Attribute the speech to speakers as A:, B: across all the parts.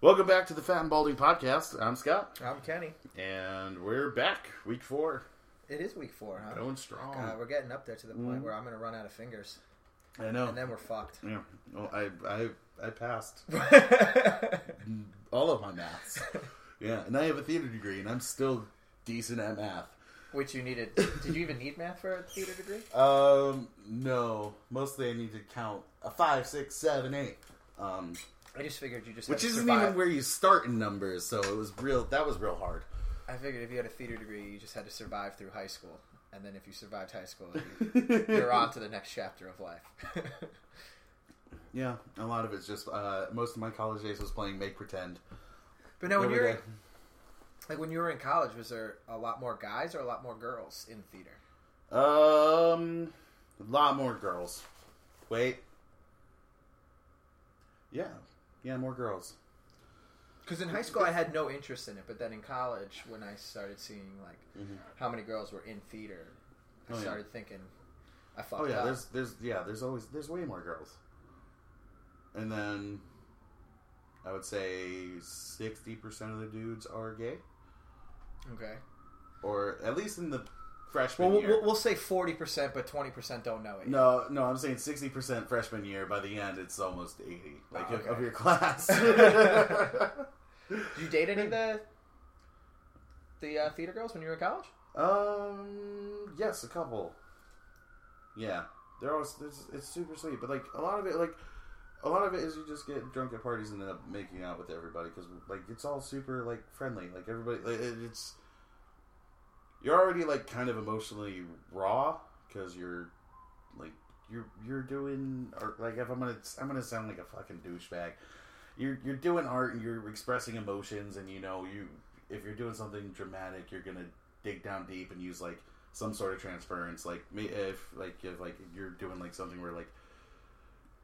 A: Welcome back to the Fat and Balding Podcast. I'm Scott,
B: I'm Kenny.
A: and we're back, week four,
B: It is week four, huh?
A: going strong.
B: God, we're getting up there to the point where I'm going to run out of fingers,
A: I know.
B: and then we're fucked.
A: yeah. Well, I, I, I passed all of my maths. yeah, and I have a theater degree, and I'm still decent at math.
B: Which you needed? Did you even need math for a theater degree?
A: Um, no. Mostly I need to count a five, six, seven, eight. Um,
B: I just figured you just
A: which
B: had to
A: isn't
B: survive.
A: even where you start in numbers, so it was real. That was real hard.
B: I figured if you had a theater degree, you just had to survive through high school, and then if you survived high school, you, you're on to the next chapter of life.
A: Yeah, a lot of it's just uh, most of my college days was playing make pretend.
B: but no, when
A: Every
B: you were
A: day.
B: like when you were in college, was there a lot more guys or a lot more girls in theater?
A: Um, a lot more girls. Wait. Yeah, yeah, more girls.
B: Because in high school I had no interest in it, but then in college when I started seeing like how many girls were in theater, I
A: Oh, yeah.
B: started thinking I fucked
A: Oh yeah,
B: up.
A: there's there's yeah, there's always there's way more girls. And then I would say 60% of the dudes are gay
B: Okay.
A: or at least in the freshman
B: Well, we'll,
A: year.
B: we'll, we'll say forty percent, but twenty percent don't know it.
A: no, no, I'm saying 60% freshman year. By the end, it's almost 80, like
B: Oh,
A: of-
B: okay.
A: of your class.
B: Did you date any of the the uh, theater girls when you were in college?
A: Um, yes, a couple. Yeah, they're always it's, it's super sweet, but like a lot of it, like a lot of it is you just get drunk at parties and end up making out with everybody because like it's all super like friendly, like everybody, like, it- it's you're already like kind of emotionally raw because you're like you're you're doing or like if I'm gonna I'm gonna sound like a fucking douchebag. You're you're doing art and you're expressing emotions and you know you if you're doing something dramatic you're gonna dig down deep and use like some sort of transference like me if like if like you're doing like something where like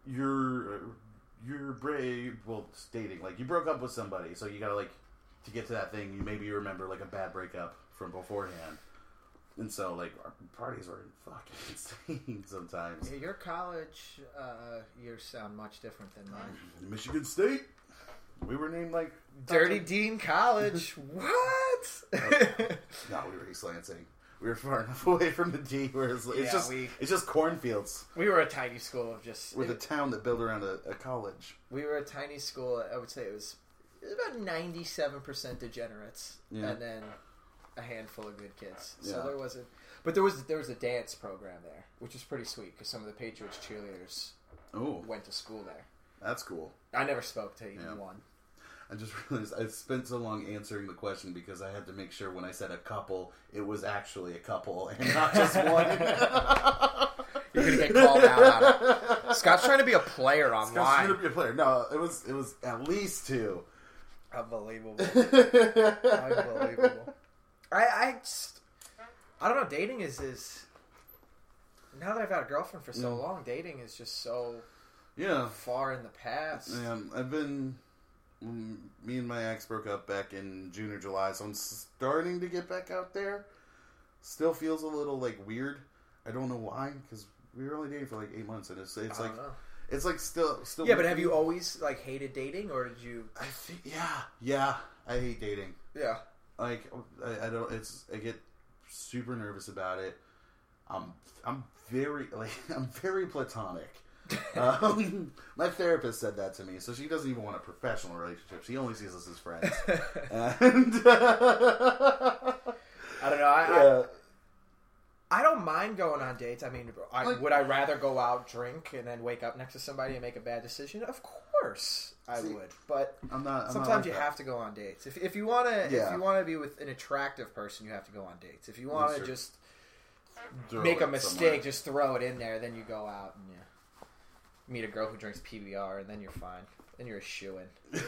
A: you're you're brave well it's dating like you broke up with somebody so you gotta like to get to that thing you maybe you remember like a bad breakup from beforehand and so like our parties were fucking insane sometimes
B: Yeah, your college uh, years sound much different than mine.
A: Michigan State. We were named like
B: Dirty Dean College. what? Oh.
A: No, we were East Lansing. We were far enough away from the D where it's, it's
B: Yeah,
A: just
B: we-
A: it's just cornfields
B: we were a tiny school of just
A: with a town that built around a, a college.
B: we were a tiny school. I would say it was about ninety-seven percent degenerates,
A: Yeah.
B: and then a handful of good kids. So
A: Yeah.
B: there wasn't, but there was there was a dance program there, which is pretty sweet because some of the Patriots cheerleaders
A: Oh,
B: went to school there.
A: that's cool.
B: I never spoke to either
A: Yeah.
B: one.
A: I just realized I spent so long answering the question because I had to make sure when I said a couple, it was actually a couple and not just one.
B: You're gonna get called out on it. Scott's trying to be a player
A: Scott's
B: online.
A: gonna be a player. No, it was it was at least two.
B: Unbelievable. Unbelievable. I, I just, I don't know. Dating is is now that I've had a girlfriend for so long, dating is just so
A: yeah.
B: far in the past.
A: Um, I've been. mm, Me and my ex broke up back in June or July, so I'm starting to get back out there. Still feels a little like weird. I don't know why, because we were only dating for like eight months, and it's it's
B: I
A: like
B: don't know.
A: it's like still still.
B: yeah, but have you always like hated dating, or did you?
A: I think yeah, yeah. I hate dating.
B: Yeah,
A: Like I, I don't. It's I get super nervous about it. I'm I'm very like I'm very platonic. um, my therapist said that to me, so she doesn't even want a professional relationship. She only sees us as friends. and
B: I don't know. I,
A: yeah,
B: I, I don't mind going on dates. I mean, I,
A: Like-
B: would I rather go out, drink, and then wake up next to somebody and make a bad decision? Of course, I
A: See,
B: would. But
A: I'm not. I'm
B: sometimes
A: not like
B: you
A: that.
B: have to go on dates. If, if you want to, if
A: Yeah.
B: you want to be with an attractive person, you have to go on dates. If you want to
A: sure.
B: just
A: Throw
B: make a
A: it
B: mistake,
A: somewhere.
B: just throw it in there. Then you go out and you meet a girl who drinks PBR, and then you're fine. Then you're a shoo in.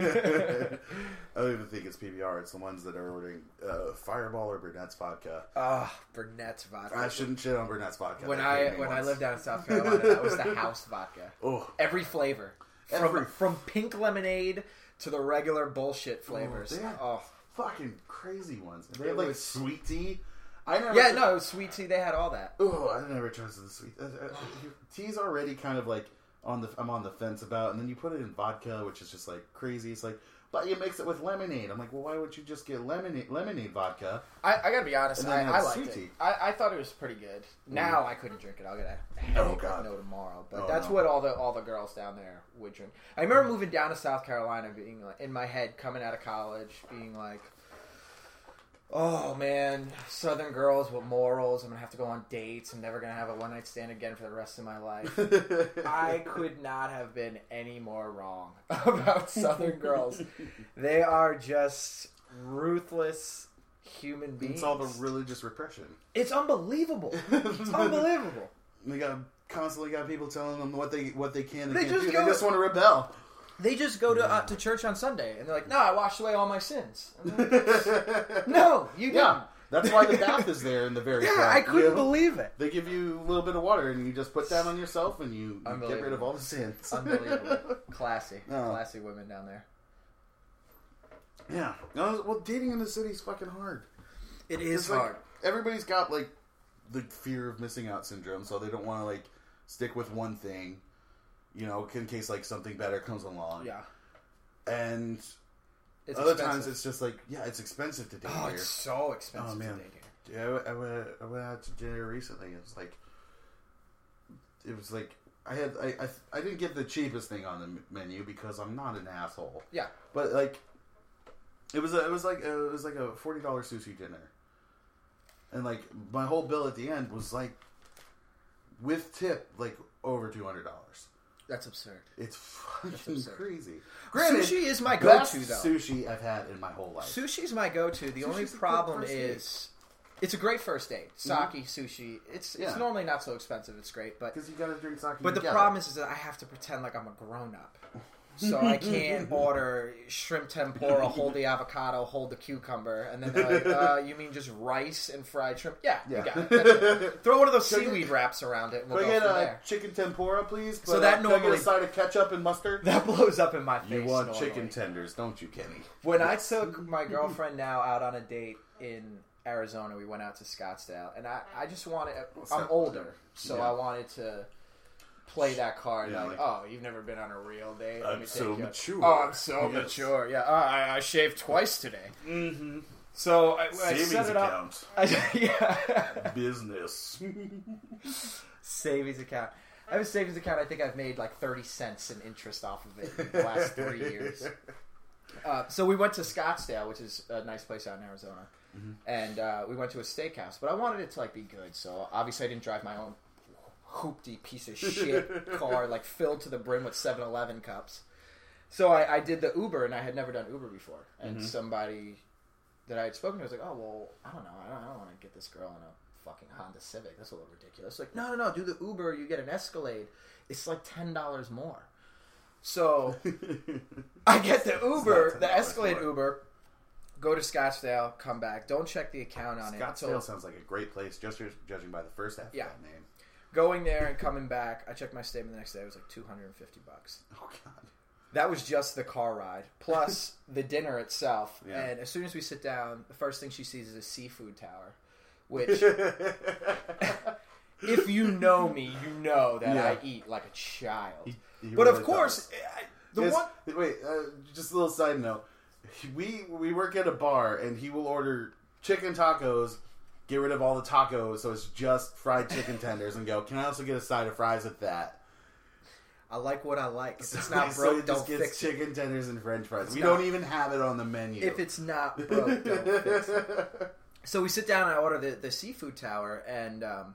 A: I don't even think it's PBR. It's the ones that are ordering uh, Fireball or Burnett's vodka.
B: Ah, Burnett's vodka.
A: I shouldn't shit on Burnett's vodka.
B: when
A: That
B: I
A: gave me
B: when I
A: once.
B: lived down in South Carolina, that was the house vodka.
A: oh,
B: Every flavor, from
A: Every-
B: from pink lemonade to the regular bullshit flavors.
A: they had-
B: Oh,
A: fucking crazy ones. And
B: It
A: they had like
B: was-
A: sweet tea. I never.
B: yeah, no, it was sweet tea. They had all that.
A: Oh, I never trusted the sweet. Uh, uh, tea's already kind of like on the I'm on the fence about, and then you put it in vodka, which is just like crazy. It's like, but you mix it with lemonade. I'm like, well, why would you just get lemonade lemonade vodka?
B: I, I gotta be honest.
A: And then
B: I,
A: have
B: I liked
A: sweet
B: it.
A: tea. Mm-hmm.
B: I, I thought it was pretty good. Now I couldn't drink it. I'll get a headache
A: Oh, God.
B: no tomorrow. But
A: Oh,
B: that's
A: no. Mm-hmm.
B: what all the all the girls down there would drink. I remember moving down to South Carolina, being like, in my head, coming out of college, being like, "Oh man, Southern girls with morals. I'm gonna have to go on dates. I'm never gonna have a one night stand again for the rest of my life." I could not have been any more wrong about Southern girls. They are just ruthless human beings.
A: It's all the religious repression.
B: It's unbelievable. It's unbelievable.
A: They got constantly got people telling them what they what they can. and
B: They
A: can't
B: just
A: do.
B: go-
A: they just want to rebel.
B: They just go to uh, to church on Sunday and they're like, "No, I washed away all my sins." I'm like, no, you
A: yeah,
B: didn't.
A: that's why the bath is there in the very
B: Yeah,
A: front,
B: I
A: you
B: couldn't
A: know?
B: believe it.
A: They give you a little bit of water, and you just put that on yourself, and you, you get rid of
B: Unbelievable.
A: all the sins.
B: Unbelievable. Classy,
A: No.
B: classy women down there.
A: yeah. No, well, dating in the city is fucking hard.
B: It
A: It's like, Everybody's got like the fear of missing out syndrome, so they don't want to like stick with one thing, you know, in case like something better comes along.
B: Yeah,
A: And
B: it's
A: other
B: expensive.
A: times it's just like, yeah, it's expensive to date
B: oh,
A: here.
B: it's so expensive
A: Oh, man.
B: to date here.
A: Yeah, I went- I went, I went out to dinner recently. It was like, it was like I had I, I I didn't get the cheapest thing on the m- menu because I'm not an asshole.
B: Yeah.
A: But like, it was a, it was like a, it was like a forty dollar sushi dinner, and like my whole bill at the end was like, with tip like over two hundred dollars.
B: That's absurd.
A: It's fucking
B: absurd.
A: crazy. Granted,
B: sushi is my
A: best
B: go-to though.
A: sushi I've had in my whole life.
B: Sushi's my go-to. The only
A: Sushi's a good
B: problem
A: first date. Mm-hmm.
B: is, it's a great first date. Sake, sushi. It's
A: Yeah.
B: it's normally not so expensive. It's great, but
A: because you gotta drink sake.
B: but the
A: together.
B: problem is, is that I have to pretend like I'm a grown-up. So I can't order shrimp tempura, hold the avocado, hold the cucumber, and then they're like, uh, you mean just rice and fried shrimp? Yeah,
A: Yeah.
B: you got it. That's it. Throw one of those
A: Can uh, I get-
B: seaweed wraps around it, and we'll
A: Can I
B: go
A: get
B: from
A: a
B: there.
A: chicken tempura, please?
B: So
A: But,
B: that
A: uh, can I
B: normally-
A: get a side of ketchup and mustard.
B: That blows up in my face.
A: you want
B: normally.
A: chicken tenders, don't you, Kenny?
B: When I took my girlfriend now out on a date in Arizona, we went out to Scottsdale, and I, I just wanted. I'm older, so
A: Yeah.
B: I wanted to play that card.
A: Yeah,
B: like,
A: like-
B: oh, you've never been on a real date. Let
A: I'm
B: me take
A: so
B: you out."
A: mature.
B: Oh, I'm so
A: Yes.
B: mature. Yeah, oh, I, I shaved twice today. Mm-hmm. So I, I set
A: Savings
B: it up.
A: account,
B: I, yeah.
A: business.
B: savings account. I have a savings account. I think I've made like thirty cents in interest off of it in the last three years. Uh, so we went to Scottsdale, which is a nice place out in Arizona, and uh, we went to a steakhouse. But I wanted it to like be good, so obviously I didn't drive my own hoopty piece of shit car, like filled to the brim with 7-Eleven cups. So I, I did the Uber, and I had never done Uber before. And somebody that I had spoken to was like, "Oh well, I don't know, I don't, I don't want to get this girl in a fucking Honda Civic. That's a little ridiculous." Like, no, no, no, do the Uber. You get an Escalade. It's like ten dollars more. So I get the Uber,
A: not
B: the
A: $10
B: Escalade
A: more.
B: Uber. Go to Scottsdale, come back. Don't check the account on it.
A: Scottsdale
B: until-
A: sounds like a great place, just judging by the first half
B: Yeah.
A: of that name.
B: going there and coming back. I checked my statement the next day. It was like two hundred and fifty bucks.
A: Oh God.
B: That was just the car ride plus the dinner itself.
A: Yeah.
B: And as soon as we sit down, the first thing she sees is a seafood tower, which. if you know me, you know that
A: Yeah.
B: I eat like a child.
A: he
B: but of
A: really
B: course, I, the
A: It's-
B: one
A: Wait, uh, just a little side note. We we work at a bar, and he will order chicken tacos. Get rid of all the tacos, so it's just fried chicken tenders, and go. Can I also get a side of fries with that?
B: I like what I like. If it's
A: So-
B: not
A: so
B: broke,
A: it
B: don't
A: just gets
B: fix it.
A: chicken tenders and French fries. we
B: not-
A: don't even have it on the menu.
B: If it's not broke, don't fix it. So we sit down. and I order the, the seafood tower, and um,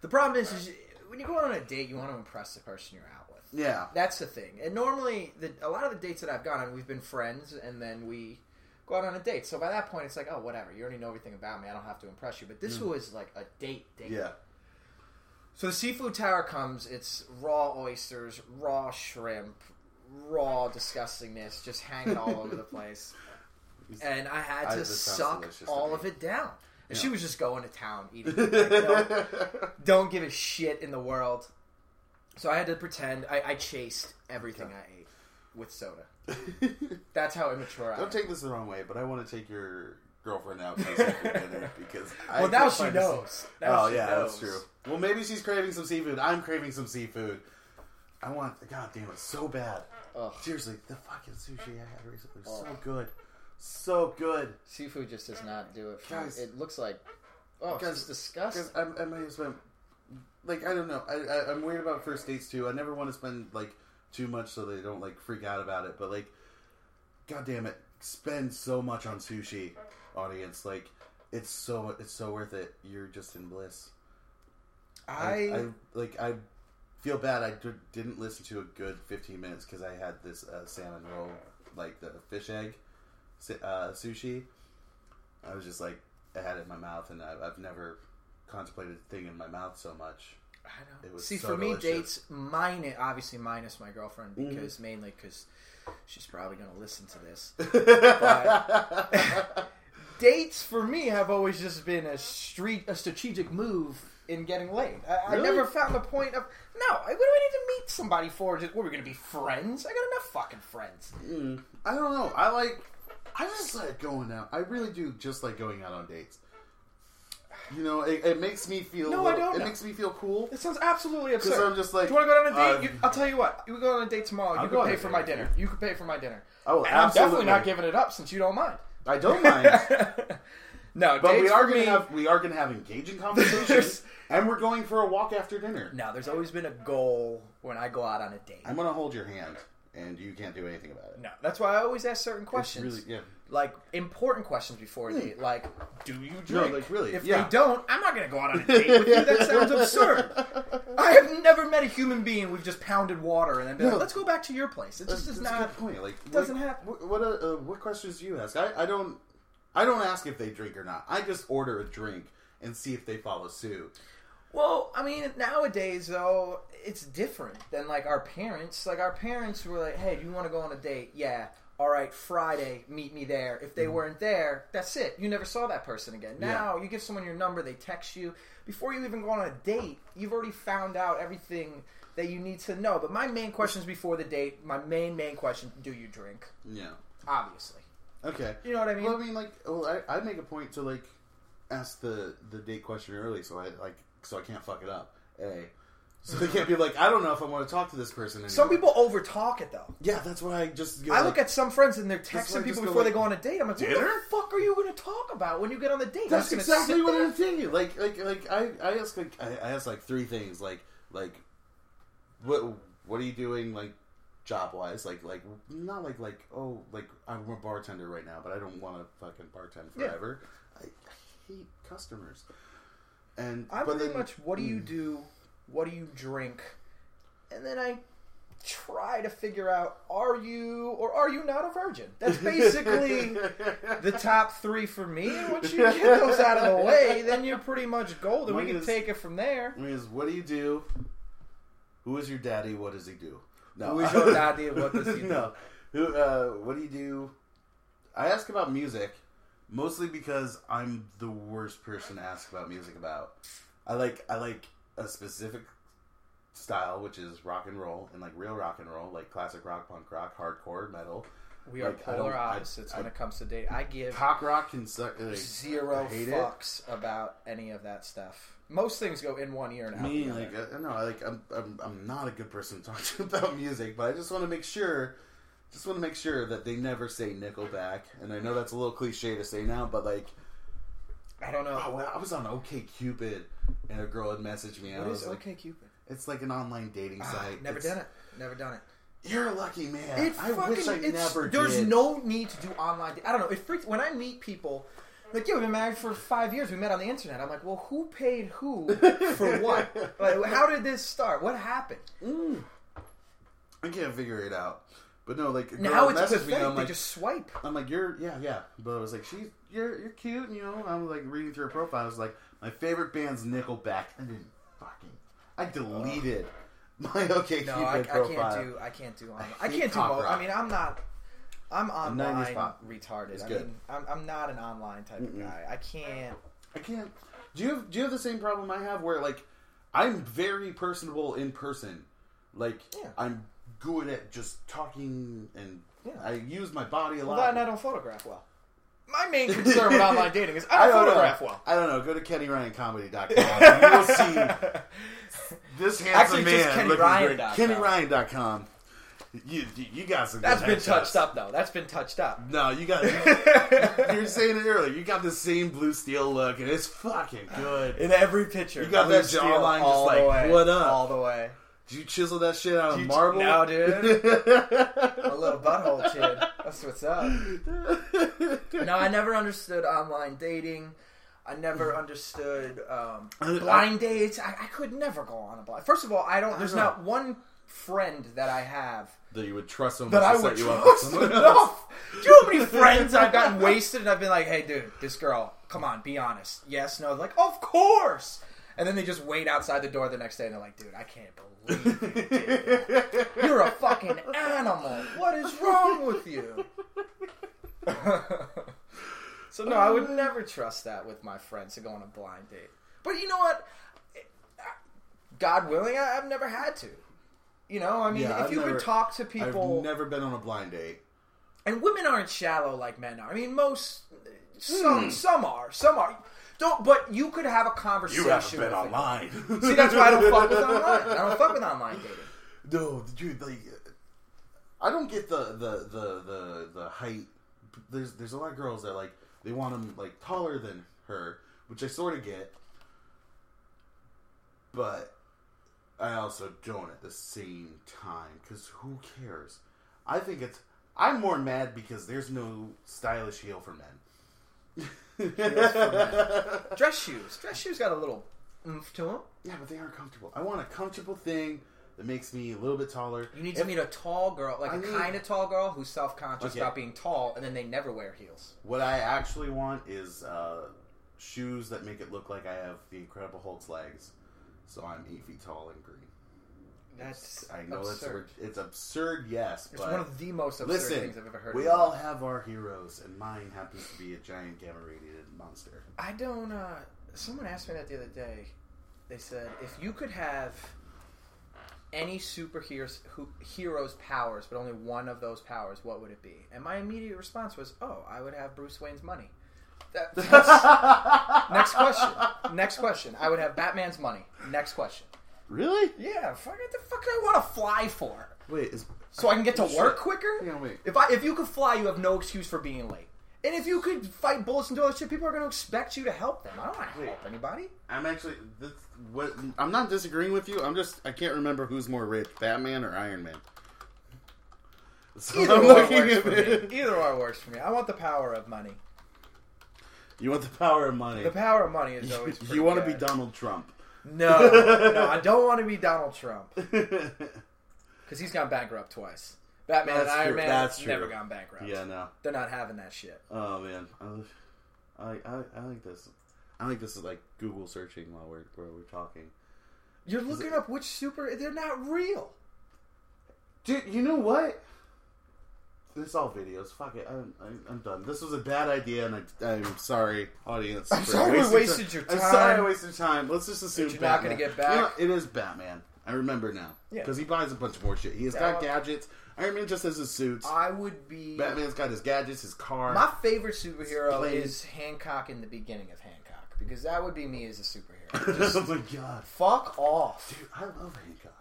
B: the problem is, is when you go out on a date, you want to impress the person you're out with.
A: yeah,
B: That's the thing. And normally, the, a lot of the dates that I've gone on, we've been friends, and then we go out on a date. So by that point, it's like, oh, whatever. You already know everything about me. I don't have to impress you. But this was like a date date.
A: yeah,
B: So the seafood tower comes. It's raw oysters, raw shrimp, raw disgustingness, just hanging all over the place. And I had
A: I-
B: to
A: this sounds
B: suck
A: delicious to
B: all
A: me.
B: of it down. And she was just going to town eating. It. Like, no, don't give a shit in the world. So I had to pretend. I, I chased everything I ate with soda. That's how immature I am.
A: don't take this the wrong way, but I want to take your girlfriend out for seafood dinner because I
B: well, now
A: can't
B: she
A: find a se-
B: knows. Now
A: oh
B: she
A: yeah,
B: knows.
A: that's true. Well, maybe she's craving some seafood. I'm craving some seafood. I want. God damn it, so bad.
B: Ugh.
A: Seriously, the fucking sushi I had recently was so good, so good.
B: Seafood just does not do it for
A: Guys.
B: me. It looks like oh, it's
A: Guys,
B: just disgusting.
A: Because I'm- I might have spent, like, I don't know. I, I, I'm weird about first dates too. I never want to spend like too much so they don't like freak out about it. But like, god damn it, spend so much on sushi, audience. Like, it's so it's so worth it. You're just in bliss. I like I feel bad. I did, didn't listen to a good 15 minutes because I had this uh, salmon roll, like the fish egg si- uh, sushi. I was just like, I had it in my mouth, and I, I've never contemplated a thing in my mouth so much.
B: I
A: It
B: don't
A: was
B: see
A: so
B: for me
A: delicious. Mm-hmm.
B: dates minus obviously minus my girlfriend because mainly because she's probably gonna listen to this. dates for me have always just been a street a strategic move in getting laid. I,
A: Really?
B: I never found the point of no. I- What do I need to meet somebody for? Just, what, we're gonna be friends? I got enough fucking friends.
A: Mm, I don't know. I like. I just like going out. I really do just like going out on dates. You know, it, it makes me feel.
B: No,
A: a little-
B: I don't
A: It
B: know.
A: makes me feel cool.
B: It sounds absolutely absurd.
A: Because I'm just like,
B: Do you want to go on a
A: uh,
B: date? You, I'll tell you what. We go on a date tomorrow.
A: I'll
B: you
A: go
B: can
A: on
B: pay
A: a
B: for
A: date.
B: my dinner. You can pay for my dinner.
A: Oh,
B: and I'm definitely not
A: absolutely.
B: giving it up since you don't mind.
A: I don't mind.
B: no,
A: But
B: dates
A: we are
B: for
A: gonna
B: me.
A: have we are gonna have engaging conversations,
B: There's-
A: and we're going for a walk after dinner.
B: No, there's always been a goal when I go out on a date.
A: I'm gonna hold your hand, and you can't do anything about it.
B: no, that's why I always ask certain
A: It's
B: questions,
A: really, yeah. Hmm.
B: like important questions before a date, like do you
A: No,
B: drink?
A: like, really,
B: If
A: yeah.
B: they don't, I'm not gonna go out on a date with you. That sounds absurd. I have never met a human being we've just pounded water and then been
A: No.
B: like, let's go back to your place. It
A: That's,
B: just is
A: that's a
B: not.
A: good point. Like, what-
B: doesn't happen.
A: What what, uh, uh, what questions do you ask? I, I don't I don't ask if they drink or not. I just order a drink and see if they follow suit.
B: Well, I mean, nowadays though, it's different than like our parents. Like our parents were like, "Hey, do you want to go on a date?" Yeah. All right, Friday, meet me there. If they weren't there, that's it. You never saw that person again. Now you give someone your number, they text you. Before you even go on a date, you've already found out everything that you need to know. But my main questions before the date, my main main question: Do you drink?
A: Yeah.
B: Obviously,
A: Okay.
B: you know what I mean.
A: Well, I mean, like, well, I, I make a point to like ask the the date question early, so I like so I can't fuck it up. A. So they can't be like, I don't know if I want to talk to this person. Anymore.
B: Some people over talk it though.
A: Yeah, that's why I just. Go,
B: I look at some friends and they're
A: why I
B: texting
A: just
B: people
A: go
B: before
A: like,
B: they go on a date. I'm like, what
A: "Dinner?"
B: the fuck are you going to talk about when you get on the date?
A: That's
B: I'm just
A: exactly
B: gonna sit
A: what
B: there?
A: I'm thinking. Like, like, like I, I ask like I, I ask like three things. Like, like, what what are you doing? Like, job wise. Like, like not like like oh like I'm a bartender right now, but I don't want to fucking bartend
B: Yeah.
A: forever. I, I hate customers. And
B: I'm
A: but
B: pretty
A: then- mm.
B: much, what do you do? What do you drink? And then I try to figure out, are you or are you not a virgin? That's basically the top three for me. And once you get those out of the way, then you're pretty much golden.
A: Mine
B: we can
A: is-
B: take it from there.
A: I mean, is what do you do? Who is your daddy? What does he do? No.
B: Who is your daddy? What does he do?
A: no. Who? Uh, what do you do? I ask about music mostly because I'm the worst person to ask about music about. I like I like a specific style, which is rock and roll and like real rock and roll, like classic rock, punk rock, hardcore, metal.
B: We are
A: Like, I don't-
B: polar
A: I-
B: opposites
A: I-
B: when it comes to date. I give
A: Pop rock can suck. Like,
B: zero
A: I hate it.
B: fucks about any of that stuff. Most things go in one ear and out
A: me
B: the other.
A: like I don't know like I'm, I'm I'm not a good person to talk to about music, but I just want to make sure just want to make sure that they never say Nickelback. And I know that's a little cliche to say now, but like
B: I don't know.
A: oh, well, I was on OK Cupid and a girl had messaged me. And I
B: what
A: was
B: is
A: like,
B: OK Cupid?
A: it's like an online dating site.
B: Never
A: It's-
B: done it. Never done it.
A: You're a lucky man. I wish I never
B: There's
A: did.
B: no need to do online. I don't know. It freaks when I meet people. Like, yeah, we've been married for five years. We met on the internet. I'm like, well, who paid who for what? like, how did this start? What happened?
A: I can't figure it out. But no, like a girl
B: Now it's
A: messaged
B: pathetic.
A: me. and I'm
B: they
A: like,
B: just swipe.
A: I'm like, you're, yeah, yeah. But I was like, she's, you're, you're cute, and you know. I'm like reading through her profile. I was like, my favorite band's Nickelback. I didn't fucking, I deleted my OK Cupid
B: No, I, I
A: profile.
B: can't do. I can't do. Online. I,
A: hate
B: can't do
A: pop
B: both.
A: rock.
B: I mean, I'm not. I'm
A: not in your
B: online
A: spot.
B: retarded.
A: It's
B: I
A: good.
B: mean, I'm, I'm not an online type of
A: Mm-mm.
B: guy. I can't.
A: I can't. Do you have, do you have the same problem I have where like I'm very personable in person. Like
B: Yeah.
A: I'm good at just talking and
B: Yeah.
A: I use my body a lot.
B: Well, that and I don't photograph well. My main concern with online dating is I
A: I
B: don't,
A: don't
B: photograph
A: know.
B: well.
A: I don't know. Go to KennyRyanComedy.com. you will see this handsome
B: Actually, just
A: man looking great.
B: KennyRyan.com.
A: KennyRyan.com. You, you, you got some.
B: That's
A: good
B: been
A: headshots.
B: touched up though. That's been touched up.
A: No, you got. You were saying it earlier. You got the same blue steel look, and it's fucking good.
B: In every picture,
A: You got
B: blue
A: that
B: steel
A: jawline just
B: all the
A: like,
B: way,
A: what up?
B: all the way.
A: Did you chisel that shit out
B: You-
A: of marble?
B: no, dude. A little butthole chin. That's what's up. No, I never understood online dating. I never understood um,
A: Mm-hmm. I-
B: blind dates. I, I could never go on a blind. First of all, I don't. There's
A: know.
B: not one friend that I have
A: that you would trust someone
B: that
A: to
B: I
A: set
B: would
A: you up with
B: trust
A: someone else.
B: enough. Do you know how many friends I've gotten wasted and I've been like, "Hey, dude, this girl, come on, be honest. Yes, no." They're like, "Of course." And then they just wait outside the door the next day and they're like, "Dude, I can't believe you did that. You're a fucking animal. What is wrong with you?" so no, I would never trust that with my friends to go on a blind date. But you know what? God willing, I, I've never had to. You know, I mean,
A: Yeah,
B: if
A: I've
B: you
A: never-
B: could talk to people,
A: I've never been on a blind date.
B: and women aren't shallow like men are. I mean, most
A: Hmm.
B: some some are, some are. Don't, but you could have a conversation.
A: You haven't
B: with
A: been
B: a-
A: online.
B: See, that's why I don't fuck with online. I don't fuck with online dating.
A: No, dude, like I don't get the the the the, the height. There's there's a lot of girls that like they want them like taller than her, which I sort of get, but I also don't at the same time because who cares? I think it's I'm more mad because there's no stylish heel for men.
B: Dress shoes, dress shoes got a little oomph to them.
A: yeah, but they aren't comfortable. I want a comfortable thing that makes me a little bit taller.
B: You need
A: If-
B: to meet a tall girl, like
A: I
B: a
A: mean-
B: kind of tall girl who's self conscious
A: Okay.
B: about being tall, and then they never wear heels.
A: What I actually want is uh, shoes that make it look like I have the Incredible Hulk's legs, so I'm eight feet tall and green.
B: That's
A: I know it's
B: absurd.
A: it's it's absurd, yes,
B: It's
A: but
B: one of the most absurd
A: listen,
B: things I've ever heard.
A: we
B: in my
A: all
B: life.
A: have our heroes, and mine happens to be a giant gamma radiated monster.
B: I don't. Uh, someone asked me that the other day. They said if you could have any superheroes who heroes powers, but only one of those powers, what would it be? And my immediate response was, "Oh, I would have Bruce Wayne's money." That- that's- next question. Next question. I would have Batman's money. Next question.
A: Really?
B: Yeah, fuck, what the fuck do I want to fly for?
A: Wait, is
B: So I can get to
A: Shit.
B: work quicker?
A: Hang on, wait.
B: If I if you could fly, you have no excuse for being late. And if you could fight bullets and do all that shit, people are gonna expect you to help them. I don't want to
A: Wait.
B: help anybody.
A: I'm actually this, what I'm not disagreeing with you. I'm just I can't remember who's more rich, Batman or Iron Man. So
B: Either
A: I'm
B: or
A: looking
B: works
A: at
B: for
A: it.
B: me. Either or works for me. I want the power of money.
A: You want the power of money.
B: The power of money is always. pretty
A: you want to be
B: good.
A: Donald Trump.
B: No, no, I don't want to be Donald Trump because he's gone bankrupt twice. Batman
A: That's
B: and Iron
A: true.
B: Man
A: That's true.
B: never gone bankrupt.
A: yeah, no.
B: They're not having that shit.
A: Oh man, I, love- I, I, I like this. I like this is like Google searching while we're while we're talking.
B: You're looking up which super. They're not real.
A: Dude, you know what? It's all videos. Fuck it. I'm, I'm- I'm done. This was a bad idea, and I, I'm sorry, audience.
B: I'm
A: for
B: sorry we
A: wasting
B: wasted
A: ti-
B: your
A: I'm sorry I
B: time.
A: wasted time. Let's just assume
B: you're not
A: Batman-
B: gonna get back.
A: You know, it is Batman. I remember now.
B: Yeah.
A: Because he buys a bunch of more shit. He has
B: Yeah,
A: got
B: well-
A: gadgets. Iron Man just has his suits.
B: I would be.
A: Batman's got his gadgets, his car.
B: My favorite superhero
A: Plain.
B: is Hancock in the beginning of Hancock because that would be me as a superhero. Just
A: oh my god,
B: fuck off.
A: dude! I love Hancock.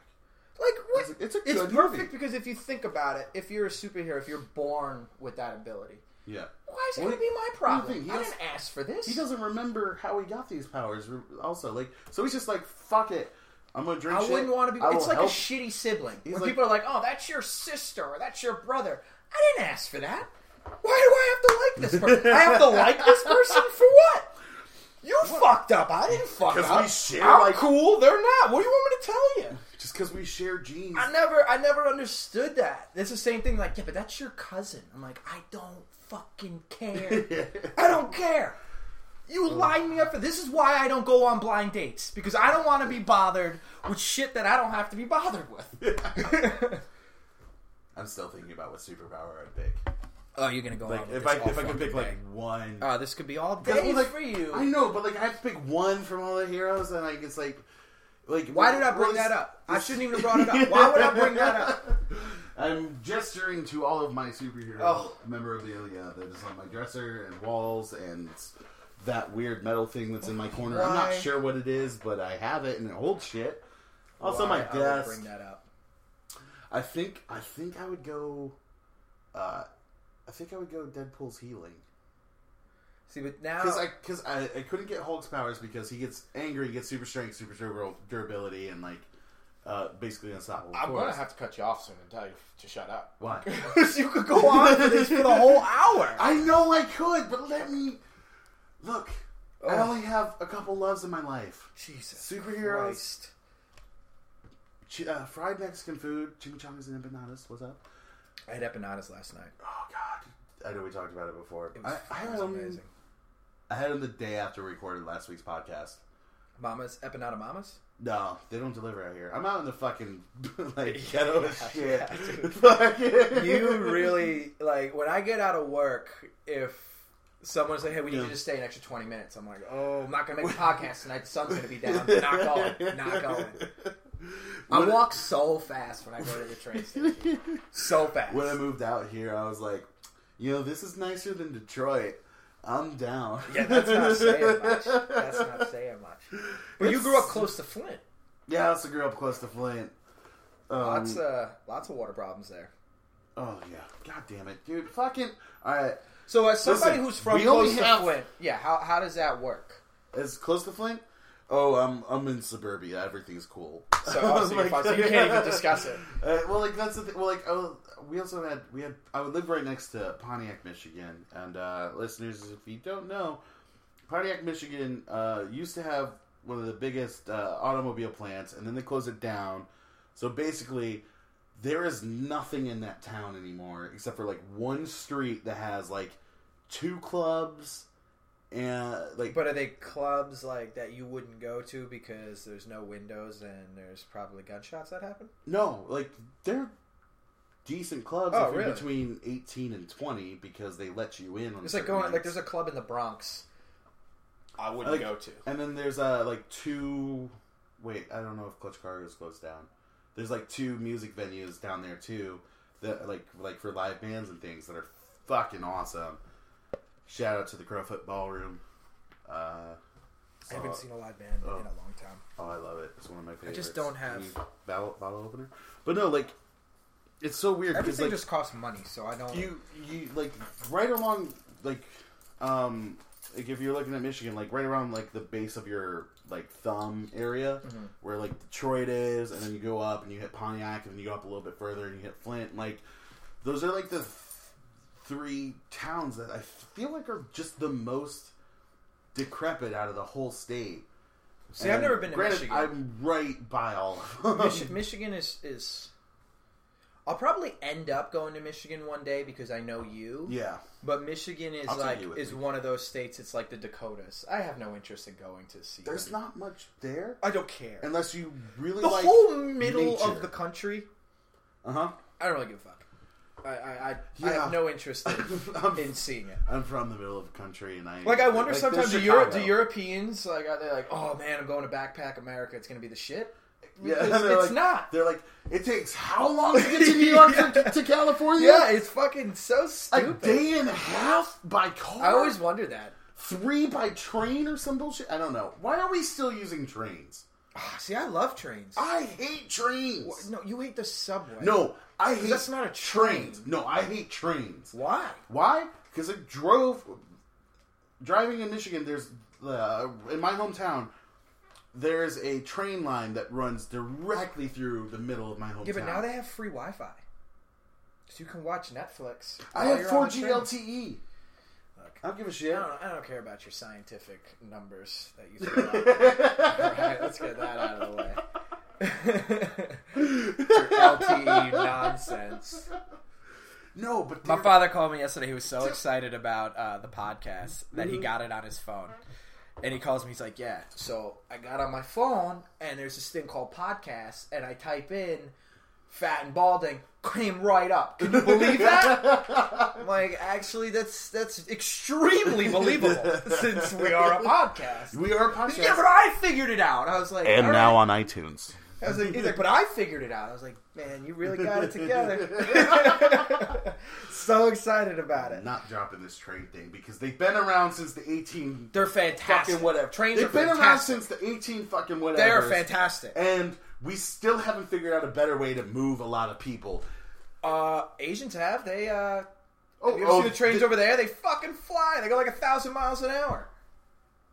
B: Like what?
A: It's a- it's a
B: it's
A: good
B: perfect
A: movie.
B: because if you think about it, if you're a superhero, if you're born with that ability,
A: Yeah.
B: why is it
A: What-
B: going to be my
A: what do you
B: problem?
A: think? He
B: I
A: doesn't-
B: didn't ask for this.
A: He doesn't remember how he got these powers. re- Also, like, so he's just like, "Fuck it, I'm gonna drink."
B: I
A: shit.
B: wouldn't want to be.
A: I will
B: It's like
A: help."
B: a shitty sibling
A: He's
B: where
A: like-
B: people are like, "Oh, that's your sister or that's your brother." I didn't ask for that. Why do I have to like this person? I have to like this person for what? You fucked up. I didn't fuck
A: 'Cause
B: up.
A: we share,
B: I'm
A: like-
B: cool. They're not. What do you want me to tell you?
A: just because we share genes.
B: I never, I never understood that. It's the same thing. Like, yeah, but that's your cousin. I'm like, I don't fucking care. I don't care. You lined me up for this. Is why I don't go on blind dates because I don't want to be bothered with shit that I don't have to be bothered with.
A: I'm still thinking about what superpower I'd pick.
B: oh, you're gonna go
A: Like,
B: on with
A: if
B: this
A: I
B: all
A: if I could
B: fucking
A: pick like
B: day.
A: one.
B: oh, this could be all day
A: 'Cause, well, like,
B: for you.
A: I know, but like I have to pick one from all the heroes, and like it's like, like
B: why did I
A: well,
B: bring that
A: this-
B: up? I shouldn't even have brought it up. Why would I bring that up?
A: I'm gesturing to all of my superhero
B: Oh.
A: memorabilia that is on my dresser and walls and that weird metal thing that's in my corner. I'm not
B: Why?
A: sure what it is, but I have it and it holds shit. Also,
B: Why
A: my
B: I would
A: desk.
B: Bring that up.
A: I think I think I would go. Uh, I think I would go Deadpool's healing
B: See, but now
A: because I because I, I couldn't get Hulk's powers because he gets angry, he gets super strength, super dur- durability, and like uh, basically unstoppable.
C: I'm gonna
A: force.
C: have to cut you off soon and tell you to shut up.
A: why.
B: you could go on for this for the whole hour.
A: I know I could, but let me look. I
B: Oh.
A: only have a couple loves in my life:
B: Jesus,
A: superheroes,
B: Christ.
A: chi- uh, fried Mexican food, chimichangas, and empanadas. What's up?
B: I had empanadas last night.
A: Oh God, I know we talked about it before.
B: It was,
A: I, um, I
B: it
A: had
B: was
A: them-
B: amazing.
A: I had them the day after we recorded last week's podcast.
B: Mamas, empanada mamas.
A: No, they don't deliver out here. I'm out in the fucking like ghetto as shit.
B: yeah, dude.
A: Fucking-
B: You really like when I get out of work. If someone's like, "Hey, we need
A: Yeah.
B: you to stay an extra twenty minutes," I'm like, "Oh, I'm not gonna make a podcast tonight. The sun's gonna be down. Not going. Not going." I
A: When-
B: walk so fast when I go to the train station. So fast.
A: When I moved out here, I was like, you know, this is nicer than Detroit. I'm down.
B: yeah, that's not saying much. That's not saying much. But you grew up close to Flint.
A: Yeah, I also grew up close to Flint. Um,
B: Lots, uh, lots of water problems there.
A: oh yeah, god damn it, dude, fucking. All right,
B: So as somebody
A: Listen,
B: who's from
A: we only
B: close to
A: have-
B: Flint, yeah, how, how does that work?
A: is close to Flint. Oh, I'm I'm in suburbia. Everything's cool.
B: So, oh, so you're fine. So you can't even discuss it.
A: Uh, well, like that's the thing. Well, like oh, we also had we had I would live right next to Pontiac, Michigan, and uh, listeners, if you don't know, Pontiac, Michigan uh, used to have one of the biggest uh, automobile plants, and then they closed it down. So basically, there is nothing in that town anymore except for like one street that has like two clubs and like
B: But are they clubs like that you wouldn't go to because there's no windows and there's probably gunshots that happen?
A: No, like they're decent clubs
B: Oh,
A: if you're
B: really?
A: between 18 and 20 because they let you in. On
B: It's like
A: certain
B: going like
A: nights.
B: there's a club in the Bronx.
C: I wouldn't
A: Like-
C: go to.
A: and then there's uh like two. Wait, I don't know if Clutch Cargo's closed down. There's like two music venues down there too that like like for live bands and things that are fucking awesome. Shout out to the Crowfoot Ballroom. Uh,
B: I haven't
A: saw-
B: seen a live band
A: Oh.
B: in a long time.
A: Oh, I love it. It's one of my favorites.
B: just don't have-
A: Any bottle, bottle opener. But no, like it's so weird because
B: Everything
A: like
B: just costs money, so I don't.
A: you you like right along like um like if you're looking at Michigan, like right around like the base of your like thumb area
B: Mm-hmm.
A: where like Detroit is, and then you go up and you hit Pontiac, and then you go up a little bit further and you hit Flint. and, Like those are like the th- three towns that I feel like are just the most decrepit out of the whole state.
B: See, I've
A: And
B: never been to
A: granted,
B: Michigan.
A: I'm right by all of them.
B: Michi- Michigan is is. I'll probably end up going to Michigan one day because I know you.
A: yeah.
B: But Michigan is
A: I'll take
B: like
A: you with
B: is
A: me.
B: one of those states. It's like the Dakotas. I have no interest in going to see.
A: There's
B: them.
A: not much there
B: I don't care.
A: unless you really
B: the
A: like
B: whole middle
A: nature.
B: of the country.
A: Uh huh.
B: I don't really give a fuck. I I, I, I
A: Yeah.
B: have no interest in,
A: I'm-
B: in seeing it.
A: I'm from the middle of the country, and I
B: Like I wonder
A: there's
B: sometimes do
A: Chicago.
B: Europe do Europeans like are they like oh man I'm going to backpack America it's gonna be the shit.
A: Yeah,
B: It's-
A: they're
B: it's
A: like-
B: not.
A: They're like, it takes how long to get to New York from-
B: Yeah.
A: to California?
B: Yeah, it's fucking so
A: a
B: stupid.
A: day and a half by car.
B: I always wonder that.
A: three by train or some bullshit. I don't know. Why are we still using trains?
B: Ah, See, I love trains.
A: I hate trains.
B: Wha- No, you hate the subway.
A: No, I hate
B: That's not a train.
A: trains. No, I hate trains.
B: Why?
A: Why? Because I drove. Driving in Michigan, there's uh, in my hometown. There's a train line that runs directly through the middle of my hometown.
B: Yeah, but now they have free Wi-Fi, so you can watch Netflix.
A: I
B: while
A: have
B: you're on
A: 4G
B: the train.
A: LTE. E.
B: Look,
A: I don't give a
B: I
A: shit.
B: don't, I don't care about your scientific numbers that you throw out. All right, let's get that out of the way. Your LTE nonsense.
A: No, but
B: My
A: they're-
B: father called me yesterday. He was so excited about uh, the podcast that he got it on his phone. And he calls me. He's like, "Yeah." So I got on my phone, and there's this thing called podcasts, and I type in "fat and balding," came right up. Can you believe that? I'm like, actually, that's that's extremely believable since we are a podcast.
A: we are a podcast.
B: Yeah, but I figured it out. I was like, "All right."
A: on iTunes.
B: I was like, he's like, but I figured it out. I was like, man, you really got it together. so excited about it.
A: Not dropping this train thing because they've been around since the 18
B: They're fantastic.
A: fucking whatever.
B: Trains
A: They've
B: are
A: been around
B: fantastic.
A: since the 18 fucking whatever.
B: They're fantastic.
A: And we still haven't figured out a better way to move a lot of people.
B: Uh, Asians have they. Uh,
A: Oh,
B: have you ever
A: oh,
B: seen the trains
A: the-
B: over there? They fucking fly. They go like a thousand miles an hour.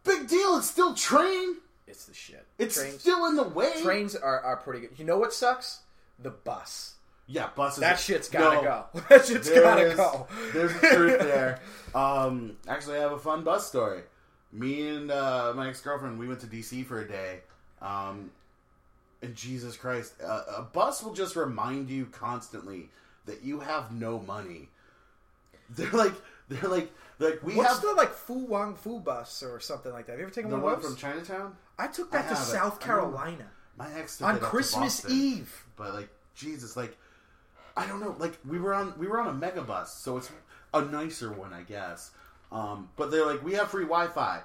A: Big deal. It's still train.
B: It's the shit.
A: It's
B: trains.
A: still in the way.
B: trains are, are pretty good. You know what sucks? The bus.
A: Yeah, buses.
B: That shit's gotta
A: No,
B: go. That shit's
A: there
B: gotta
A: is-
B: go.
A: There's the truth there. Um, actually, I have a fun bus story. Me and uh, my ex girlfriend, we went to DC for a day. Um, and Jesus Christ, a, a bus will just remind you constantly that you have no money. They're like, they're like, like we
B: What's
A: have
B: the like Fu Wang Fu bus or something like that? Have you ever taken
A: the
B: one
A: one
B: of those?
A: from Chinatown.
B: I took
A: I
B: that to
A: have it.
B: South
A: I know.
B: Carolina
A: My ex took it
B: on
A: up to
B: Christmas
A: Boston.
B: Eve.
A: but like Jesus, like I don't know, like we were on we were on a mega bus, so it's a nicer one, I guess. Um, but they're like, we have free Wi-Fi,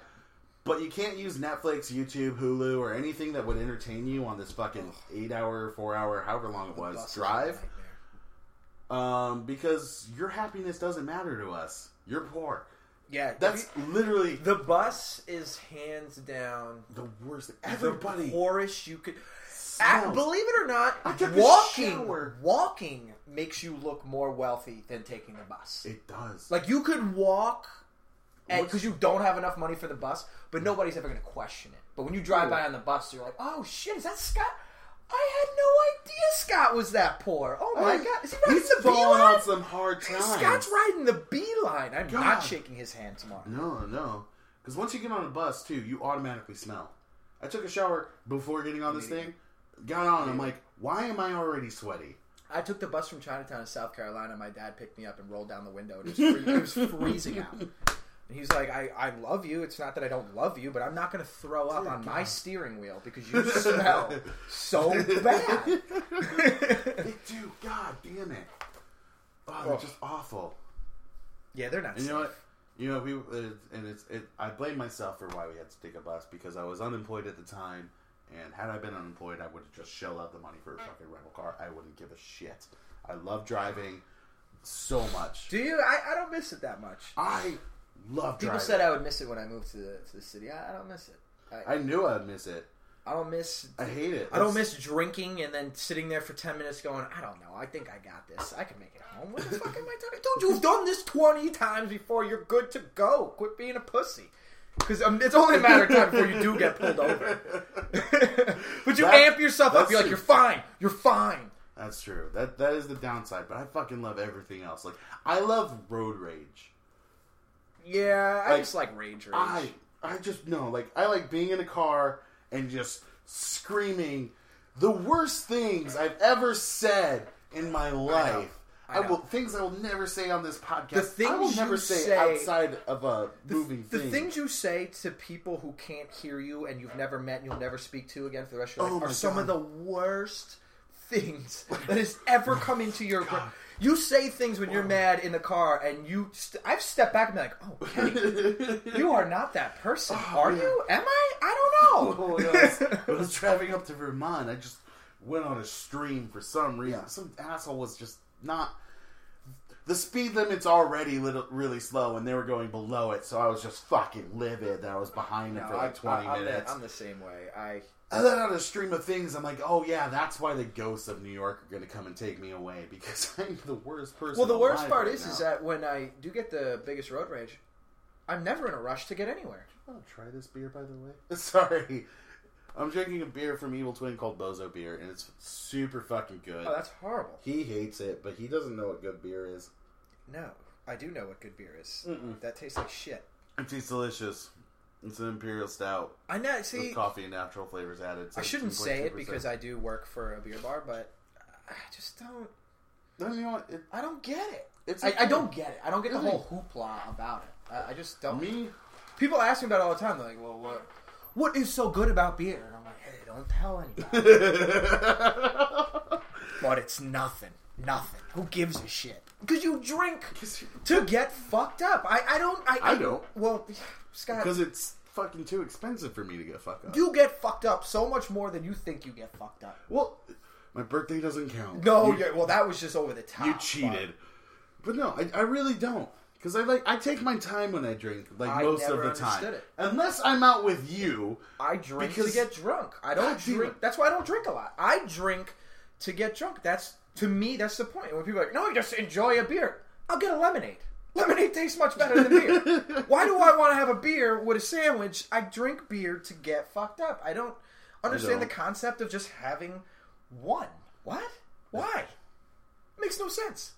A: but you can't use Netflix, YouTube, Hulu, or anything that would entertain you on this fucking eight-hour, four-hour, however long it was
B: Buses are a
A: drive,
B: nightmare.
A: um, because your happiness doesn't matter to us. You're poor.
B: Yeah, if
A: That's
B: you-
A: literally
B: the bus is hands down
A: the worst. Everybody
B: the poorest you could.
A: smells.
B: Ah, believe it or not,
A: took a shower.
B: walking walking makes you look more wealthy than taking the bus.
A: it does.
B: Like you could walk
A: What's-
B: because you don't have enough money for the bus, but nobody's ever going to question it. But when you drive by on the bus, you're like, "Oh shit, is that Scott?" I had no idea Scott was that poor. Oh my god, is he riding
A: He's
B: the B
A: falling
B: line?
A: on some hard times.
B: Scott's riding the B line. I'm
A: God.
B: not shaking his hand tomorrow.
A: No, no. Because once you get on a bus, too, you automatically smell. I took a shower before getting on this thing, got on, and I'm like, why am I already sweaty?
B: I took the bus from Chinatown to South Carolina. My dad picked me up and rolled down the window. And it, was free, it was freezing out. And he's like, I, I love you. It's not that I don't love you, but I'm not going to throw up on my steering wheel because you smell so bad.
A: It do, god damn it. Oh, they're just awful.
B: yeah, they're not
A: And you know
B: safe.
A: what? You know, we, uh, and it's, it, I blame myself for why we had to take a bus because I was unemployed at the time, and had I been unemployed, I would have just shelled out the money for a fucking rental car. I wouldn't give a shit. I love driving so much.
B: Do you? I, I don't miss it that much.
A: I love
B: People
A: driving.
B: said I would miss it when I moved to the, to the city. I, I don't miss it. I,
A: I knew I'd miss it.
B: I don't miss.
A: I hate it.
B: I don't
A: That's-
B: miss drinking and then sitting there for ten minutes going, I don't know, I think I got this. I can make it home. What the fuck am I talking? Dude, you've done this twenty times before. You're good to go. Quit being a pussy. Because um, it's only a matter of time before you do get pulled over. but you
A: That-
B: amp yourself up.
A: that's
B: You're like,
A: true.
B: you're fine. You're fine.
A: That's true. That that is the downside, but I fucking love everything else. Like I love road rage.
B: Yeah, I
A: Like,
B: just like rage rage.
A: I I just no, like I like being in a car and just screaming the worst things I've ever said in my life. I,
B: I know.
A: will things I will never say on this podcast.
B: The things
A: I will never
B: you
A: say,
B: say-
A: outside of a moving
B: the
A: thing.
B: things you say to people who can't hear you and you've never met and you'll never speak to again for the rest of your
A: Oh
B: life
A: my
B: are some of
A: God.
B: the worst things that has ever come into your brain. You say things when you're mad in the car, and you. St- I've stepped back and been like, "Oh, Kenny, you are not that person, are
A: man.
B: you? Am I? I don't know."
A: Oh, when I was, when I was traveling up to Vermont, I just went on a stream for some reason. Some asshole was just not. The speed limit's already little, really slow, and they were going below it, so I was just fucking livid that I was behind them for like 20
B: I'm the-
A: minutes.
B: I'm the same way. I
A: And then on a stream of things, I'm like, oh yeah, that's why the ghosts of New York are going to come and take me away, because I'm the worst person.
B: Well, the worst
A: alive
B: part
A: right
B: is,
A: now.
B: is that when I do get the biggest road rage, I'm never in a rush to get anywhere.
A: I'll try this beer, by the way. Sorry. I'm drinking a beer from Evil Twin called Bozo Beer, and it's super fucking good.
B: Oh, that's horrible.
A: He hates it, but he doesn't know what good beer is.
B: No, I do know what good beer is. That tastes like shit.
A: It tastes delicious. It's an imperial stout
B: I know. See,
A: with coffee and natural flavors added.
B: I shouldn't say it because I do work for a beer bar, but I just don't.
A: you know what? It,
B: I don't get it.
A: It's
B: I,
A: okay.
B: I don't get it. I don't get the
A: Really?
B: whole hoopla about it. I, I just don't.
A: me,
B: People ask me about it all the time. They're like, "Well, what? What is so good about beer?" And I'm like, "Hey, don't tell anybody." but it's nothing. Nothing. Who gives a shit? Because you drink
A: 'Cause you-
B: to get fucked up. I, I don't. I,
A: I don't.
B: Well, Scott.
A: because it's fucking too expensive for me to get fucked up.
B: You get fucked up so much more than you think you get fucked up.
A: well, my birthday doesn't count.
B: No,
A: you,
B: yeah, well, that was just over the top.
A: you
B: but-
A: cheated. But no, I, I really don't. Because I like I take my time when I drink, like
B: I
A: most of
B: never
A: the time,
B: understood it.
A: unless I'm out with you.
B: I drink
A: Because-
B: to get drunk. I don't
A: God damn
B: drink.
A: it.
B: That's why I don't drink a lot. I drink to get drunk. That's to me. That's the point. When people are like, "No, just enjoy a beer," I'll get a lemonade. Lemonade tastes much better than beer. why do I want to have a beer with a sandwich? I drink beer to get fucked up. I don't understand
A: don't.
B: the concept of just having one. What? Why? Makes no sense.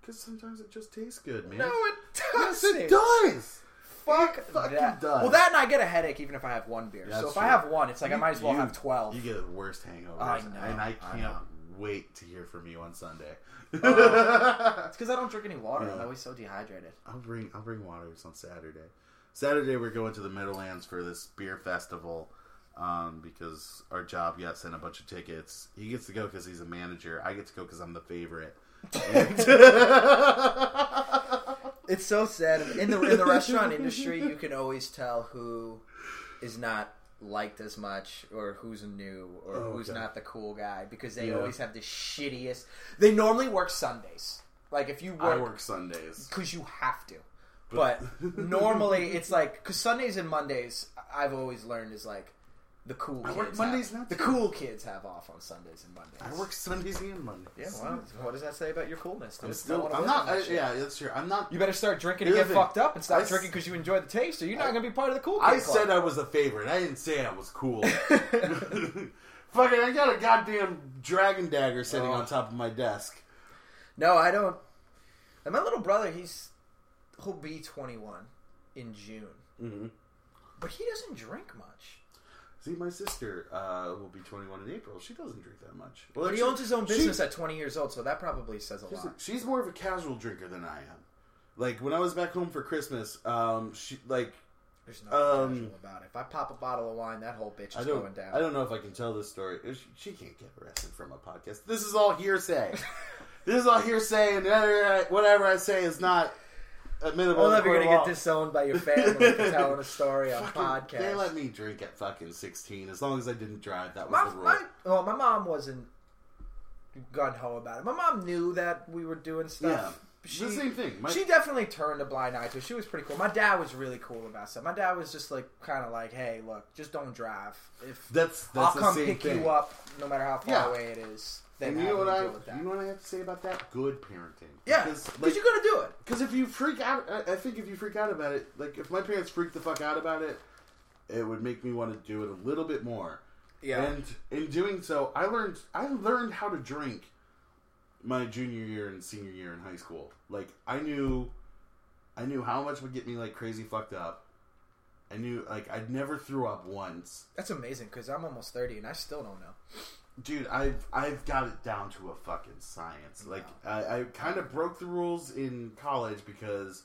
A: Because sometimes it just tastes good, man.
B: No, it
A: yes,
B: doesn't.
A: it does.
B: Fuck
A: fucking
B: that.
A: does.
B: Well, that and I get a headache even if I have one beer. so
A: That's
B: if
A: true.
B: I have one, it's like I might as well
A: You-
B: have twelve.
A: You get the worst hangovers,
B: I know,
A: and I
B: I
A: can't
B: know.
A: wait to hear from you on Sunday.
B: It's because I don't drink any water. I'm
A: Yeah.
B: always so dehydrated.
A: I'll bring I'll bring waters on Saturday. Saturday we're going to the Meadowlands for this beer festival um, because our job got sent a bunch of tickets. He gets to go because he's a manager. I get to go because I'm the favorite.
B: It's so sad. In the in the restaurant industry, you can always tell who is not liked as much, or who's new, or
A: Oh,
B: who's
A: God.
B: not the cool guy, because they
A: Yeah.
B: always have the shittiest. They normally work Sundays. Like if you
A: I
B: work
A: work Sundays.
B: because you have to. But normally it's like because Sundays and Mondays I've always learned is like the cool
A: I
B: kids.
A: work Mondays
B: have,
A: now,
B: the
A: too.
B: cool kids have off on Sundays and Mondays.
A: I work Sundays and Mondays.
B: Yeah, well, what does that say about your coolness?
A: I'm
B: Don't-
A: still.
B: don't wanna
A: I'm
B: work on
A: not.
B: that
A: I,
B: shit.
A: yeah, that's true. I'm not.
B: You better start drinking and
A: Here's
B: get
A: the-
B: fucked up and stop
A: I s-
B: drinking because you enjoy the taste, or you're not going to be part of the cool.
A: I
B: kid club.
A: said I was a favorite. I didn't say I was cool. Fucking, I got a goddamn dragon dagger sitting
B: Oh.
A: on top of my desk.
B: no, I don't. And my little brother, he's he'll be 21 in June,
A: Mm-hmm.
B: but he doesn't drink much.
A: See, my sister uh, will be 21 in April. She doesn't drink that much. Well,
B: But he
A: actually,
B: owns his own
A: she-
B: business at 20 years old, so that probably says a
A: she's,
B: lot.
A: she's more of a casual drinker than I am. Like when I was back home for Christmas, um, she like
B: There's nothing
A: um,
B: casual about it. If I pop a bottle of wine, that whole bitch
A: I
B: is
A: don't
B: going down.
A: I don't know if I can tell this story. She, she can't get arrested from a podcast. This is all hearsay. this is all hearsay, and whatever I- whatever I say is not admissible.
B: Well,
A: in
B: if you're
A: court
B: gonna
A: of
B: get
A: law.
B: disowned by your family for telling a story on
A: Fucking-
B: podcast.
A: They let me drink at fucking 16 as long as I didn't drive. That was
B: my,
A: the rule.
B: my, well, my mom wasn't gun ho about it. My mom knew that we were doing
A: yeah,
B: stuff.
A: the
B: She,
A: same thing. My,
B: she definitely turned a blind eye to it. She was pretty cool. My dad was really cool about stuff. My dad was just like, kind of like, hey, look, just don't drive. If
A: that's that's
B: I'll
A: the
B: come
A: same
B: pick
A: thing.
B: you up, no matter how far
A: Yeah.
B: away it is. Then
A: And you know what
B: I
A: I,
B: deal with that.
A: you know what I have to say about that? Good parenting.
B: yeah,
A: because
B: because
A: like,
B: you're gonna do it.
A: 'cause if you freak out, I, I think if you freak out about it, like if my parents freaked the fuck out about it, it would make me want to do it a little bit more. And in doing so, I learned I learned how to drink my junior year and senior year in high school. Like I knew I knew how much would get me like crazy fucked up. I knew like I never threw up once.
B: That's amazing because I'm almost 30 and I still don't know.
A: Dude, I've I've got it down to a fucking science. Like I, I kind of broke the rules in college because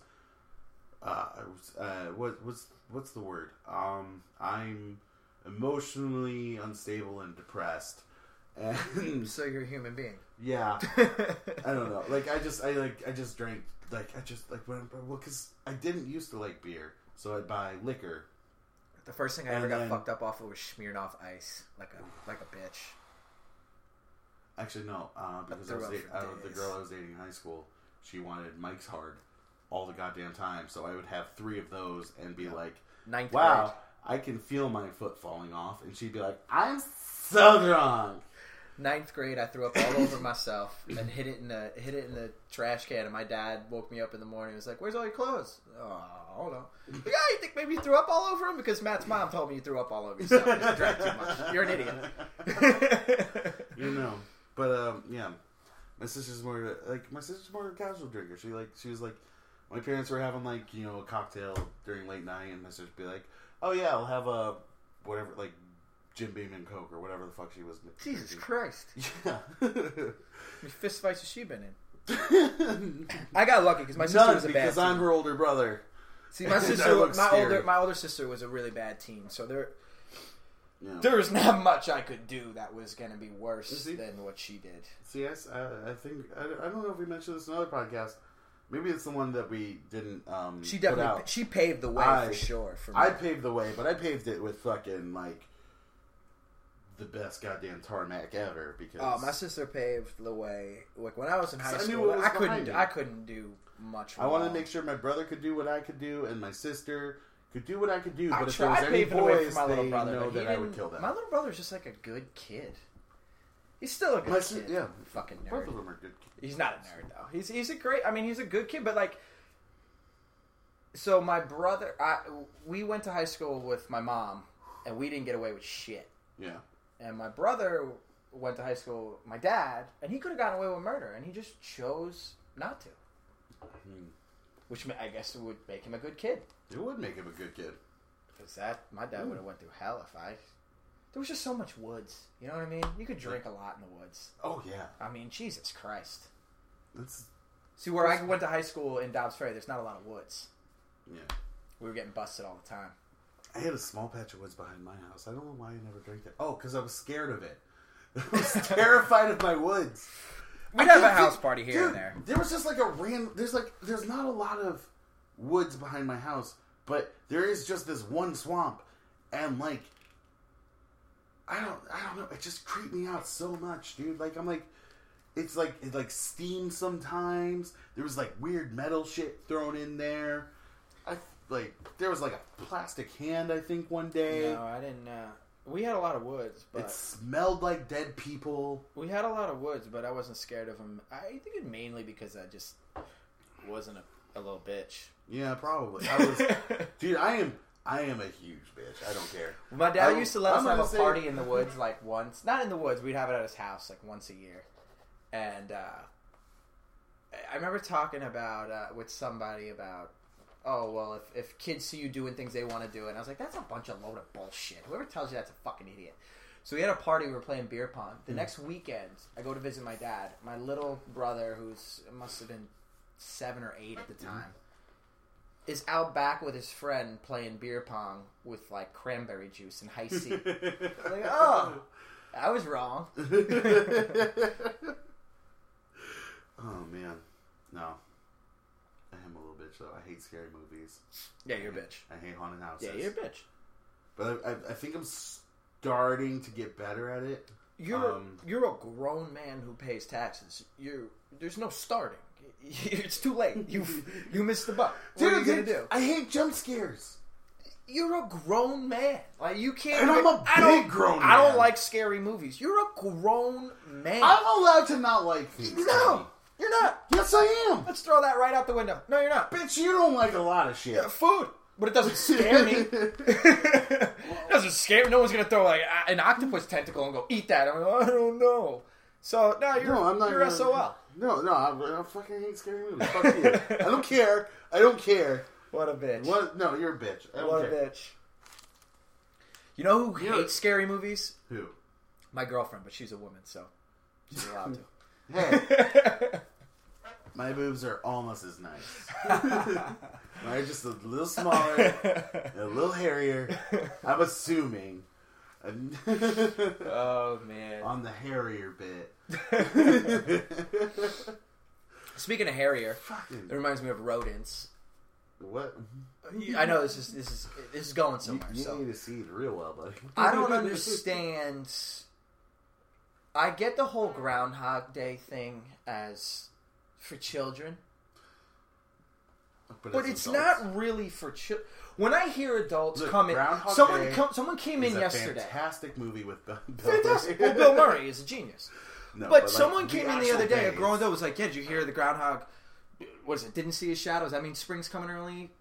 A: uh, I was, uh what what's what's the word? Um, I'm emotionally unstable and depressed, and
B: So you're a human being.
A: yeah, Mm. I don't know. Like I just I like I just drank like I just like when well because I didn't used to like beer, so I'd buy liquor.
B: the first thing I
A: And
B: ever
A: then-
B: got fucked up off of was Smirnoff Ice, like a like a bitch.
A: Actually, no, uh, because I
B: threw
A: was
B: up
A: da-
B: for
A: I was the
B: days.
A: girl I was dating in high school. She wanted Mike's Hard all the goddamn time, so I would have three of those and be like,
B: Ninth
A: "Wow, I can feel my foot falling off," and she'd be like, "I'm so drunk."
B: grade, ninth grade, I threw up all over myself and hit it in the hit it in the trash can. And my dad woke me up in the morning. and was like, "Where's all your clothes?" Oh, I don't know. Like, yeah, you think maybe you threw up all over him because Matt's mom told me you threw up all over yourself because you drank too much. You're an idiot.
A: you know. But um, yeah, my sister's more of a- like my sister's more of a casual drinker. She like she was like my parents were having like you know a cocktail during late night, and my sister'd be like, "Oh yeah, I'll have a whatever like Jim Beam and Coke or whatever the fuck she was."
B: Jesus
A: drinking.
B: Christ!
A: Yeah.
B: How many fist fights has she been in? I got lucky because my sister
A: None
B: was a bad
A: because I'm
B: team.
A: her older brother.
B: See, my
A: That
B: sister,
A: looks
B: my
A: scary.
B: older, my older sister was a really bad teen. So there,
A: Yeah.
B: there was not much I could do that was going to be worse
A: You see?
B: than what she did.
A: See, I, s- I- I think I, I don't know if we mentioned this in another podcast. Maybe it's the one that we didn't. Um,
B: She
A: put
B: definitely
A: out.
B: she paved the way
A: I-
B: for sure. For
A: I
B: me.
A: paved the way, but I paved it with fucking like the best goddamn tarmac ever because
B: Oh, my sister paved the way. Like when I was in high
A: So I knew
B: school,
A: what was
B: I couldn't.
A: behind you.
B: I couldn't do much.
A: I wanted to
B: wrong.
A: make sure my brother could do what I could do and my sister could do what I could do.
B: I
A: But if there
B: tried
A: was any
B: paving the way
A: boys,
B: for my little
A: they
B: brother,
A: know
B: but he
A: that I would
B: didn't-
A: kill them.
B: My little brother's just like a good kid. He's still a good
A: My si-
B: kid.
A: yeah.
B: fucking
A: Both of
B: nerd.
A: them are good.
B: He's not a nerd though. He's he's a great. I mean, he's a good kid, but like. So my brother, I we went to high school with my mom, and we didn't get away with shit.
A: Yeah,
B: And my brother went to high school with my dad, and he could have gotten away with murder, and he just chose not to. Which ma- I guess would make him a good kid.
A: it would make him a good kid.
B: Because that, my dad would have went through hell if I. There was just so much woods. You know what I mean? You could drink a lot in the woods.
A: Oh yeah,
B: I mean, Jesus Christ.
A: that's
B: See, where I went to high school in Dobbs Ferry, there's not a lot of woods.
A: yeah.
B: We were getting busted all the time.
A: I had a small patch of woods behind my house. I don't know why I never drank that. Oh, because I was scared of it. I was terrified of my woods.
B: We'd
A: I
B: have a
A: think-
B: house party here
A: dude,
B: and there.
A: There was just like a random. There's like there's not a lot of woods behind my house, but there is just this one swamp, and like I don't I don't know. It just creeped me out so much, dude. Like I'm like. It's like it's like steam sometimes. There was like weird metal shit thrown in there. I like there was like a plastic hand I think one day.
B: No, I didn't. Uh, we had a lot of woods, but
A: It smelled like dead people.
B: we had a lot of woods, but I wasn't scared of them. I think it mainly because I just wasn't a, a little bitch.
A: Yeah, probably. I was, dude. I am. I am a huge bitch. I don't care.
B: My dad
A: I-
B: used to let
A: I'm
B: us have
A: gonna
B: a
A: say-
B: party in the woods like once. Not in the woods. We'd have it at his house like once a year. And uh, I- I remember talking about uh, with somebody about, oh well, if, if kids see you doing things they want to do, and I was like, that's a bunch of load of bullshit. Whoever tells you that's a fucking idiot. So we had a party. We were playing beer pong. The next weekend, I go to visit my dad. My little brother, who's must have been seven or eight at the time is out back with his friend playing beer pong with like cranberry juice and high C. like, oh, I was wrong.
A: Oh man, no. I am a little bitch though. I hate scary movies.
B: Yeah, you're a bitch.
A: I hate haunted houses.
B: Yeah, you're a bitch.
A: But I, I, I think I'm starting to get better at it.
B: You're
A: Um,
B: you're a grown man who pays taxes. You there's no starting. It's too late. You you missed the buck. What are you gonna do?
A: I hate jump scares.
B: You're a grown man. Like you can't.
A: And I'm a
B: I don't-
A: big grown
B: I don't
A: man.
B: like scary movies. You're a grown man.
A: I'm allowed to not like things. Tony.
B: no, you're not.
A: Yes, I am.
B: Let's throw that right out the window. No, you're not.
A: Bitch, you don't like a lot of shit.
B: food, but it doesn't scare me. it doesn't scare me. No one's gonna throw like a- an octopus tentacle and go eat that. I'm like, I don't know. So no, you're
A: No, I'm not.
B: you're
A: gonna-
B: SOL.
A: No, no, I, I fucking hate scary movies. Fuck you. I don't care. I don't care.
B: What a bitch. What,
A: What? No, you're a bitch. I don't
B: a
A: care.
B: bitch. You know who
A: You know-
B: hates scary movies?
A: Who?
B: My girlfriend, but she's a woman, so she's allowed to.
A: Hey, my boobs are almost as nice. Mine's just a little smaller, a little hairier. I'm assuming. I'm-
B: oh man.
A: On the hairier bit.
B: Speaking of Harrier, it
A: Fucking-
B: reminds me of rodents.
A: What?
B: I know this is this is this is going
A: You,
B: somewhere.
A: you
B: so
A: need to see it real well, buddy.
B: I don't understand. I get the whole Groundhog Day thing as for children, but it's
A: adults.
B: not really for children. When I hear adults
A: Look,
B: come in,
A: Groundhog
B: someone
A: Day
B: come, someone came
A: It's
B: in
A: a
B: yesterday.
A: Fantastic movie with Bill. Bill Murray.
B: Fantastic. well, Bill Murray is a genius.
A: No,
B: but
A: like,
B: someone came in the
A: actual
B: other day, a
A: days.
B: grown adult was like, "Yeah, did you hear the Groundhog? Was it didn't see his shadows? I mean, spring's coming early.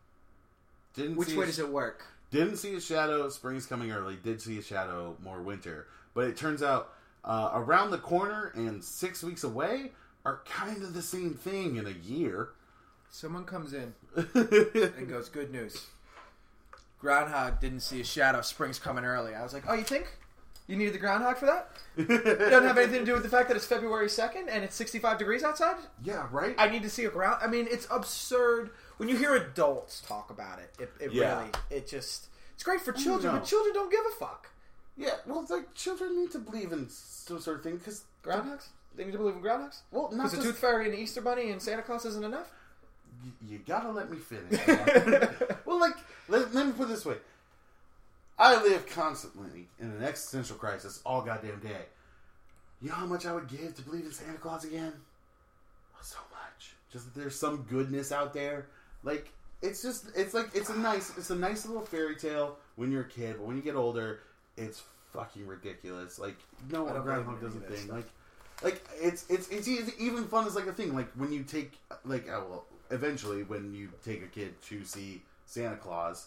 A: Didn't
B: Which
A: see
B: way
A: a-
B: does it work?
A: Didn't see a shadow. Spring's coming early. Did see a shadow. More winter. But it turns out uh, around the corner and six weeks away are kind of the same thing in a year.
B: Someone comes in." and goes, "Good news. Groundhog didn't see a shadow. Spring's coming early." I was like, "Oh, you think you needed the groundhog for that? It doesn't have anything to do with the fact that it's February second and it's sixty-five degrees outside.
A: yeah, right.
B: I need to see a ground. I mean, it's absurd when you hear adults talk about it. It, it
A: Yeah.
B: really, it just, it's great for children,
A: know.
B: but children don't give a fuck.
A: yeah, well, it's like children need to believe in some sort of thing because
B: Groundhogs." They need to believe in groundhogs?
A: Well, not
B: Because the
A: just-
B: Tooth Fairy and the Easter Bunny and Santa Claus isn't enough?
A: y- you gotta let me finish. well, like, let, let me put it this way. I live constantly in an existential crisis all goddamn day. You know how much I would give to believe in Santa Claus again? Oh, So much. Just that there's some goodness out there. Like, it's just, it's like, it's a nice, it's a nice little fairy tale when you're a kid, but when you get older, it's fucking ridiculous. Like, no
B: I don't
A: groundhog
B: believe
A: does
B: in
A: a
B: any of that
A: thing.
B: stuff.
A: Like, like it's it's it's e- even fun as like a thing. Like when you take like uh, well, eventually when you take a kid to see Santa Claus,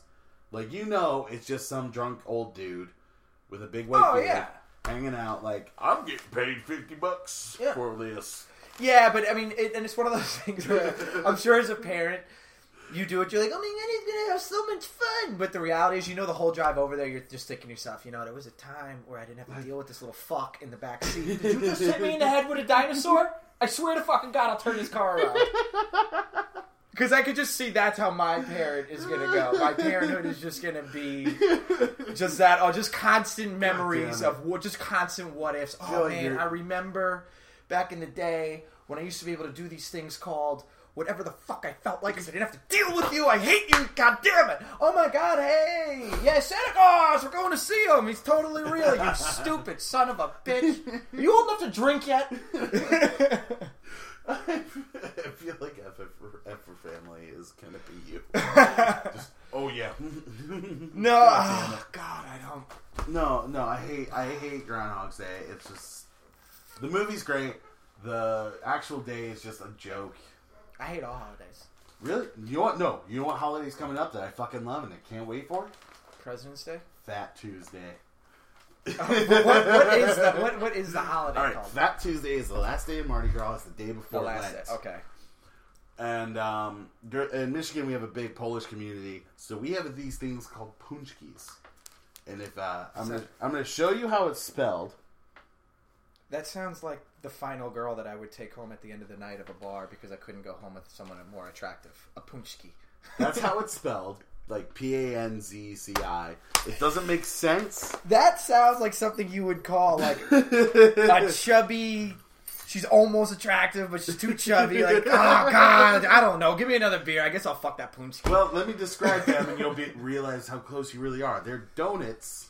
A: like you know it's just some drunk old dude with a big white
B: Oh,
A: beard
B: yeah.
A: hanging out. Like I'm getting paid fifty bucks
B: Yeah.
A: for this.
B: Yeah, but I mean, it, and it's one of those things where I'm sure as a parent, you do it, you're like, I mean, I'm gonna have so much fun. But the reality is, you know, the whole drive over there, you're just thinking to yourself, you know, there was a time where I didn't have to deal with this little fuck in the back seat. Did you just hit me in the head with a dinosaur? I swear to fucking God, I'll turn this car around. Because I could just see that's how my parent is gonna go. My parenthood is just gonna be just that, oh, just constant memories
A: it.
B: of what, just constant what ifs.
A: feel
B: Oh
A: like
B: man,
A: you're-
B: I remember back in the day when I used to be able to do these things called whatever the fuck I felt like because I didn't have to deal with you. I hate you, god damn it! Oh my god, hey, yeah, Santa Claus, we're going to see him. He's totally real. You stupid son of a bitch. Are you old enough to drink yet?
A: I feel like F for, F for family is gonna be you. Just, oh yeah.
B: no, oh, God, I don't.
A: No, no, I hate I hate Groundhog's Day. It's just the movie's great. The actual day is just a joke.
B: I hate all holidays.
A: Really? You know what? No, you know what holiday's coming up that I fucking love and I can't wait for?
B: President's Day.
A: Fat Tuesday.
B: What, what is the what, what is the holiday
A: All right,
B: called?
A: Fat Tuesday is the last day of Mardi Gras. It's the day
B: the
A: before
B: last
A: Lent.
B: day. Okay.
A: And um, dur- in Michigan, we have a big Polish community, so we have these things called punchkis. And if uh, I'm gonna, I'm gonna show you how it's spelled.
B: That sounds like the final girl that I would take home at the end of the night of a bar because I couldn't go home with someone more attractive. A punchki.
A: That's how it's spelled, like P A N Z C I. It doesn't make sense.
B: That sounds like something you would call like a chubby. She's almost attractive, but she's too chubby. Like, oh god, I don't know. Give me another beer. I guess I'll fuck that punchki.
A: Well, let me describe them, and you'll be, realize how close you really are. They're donuts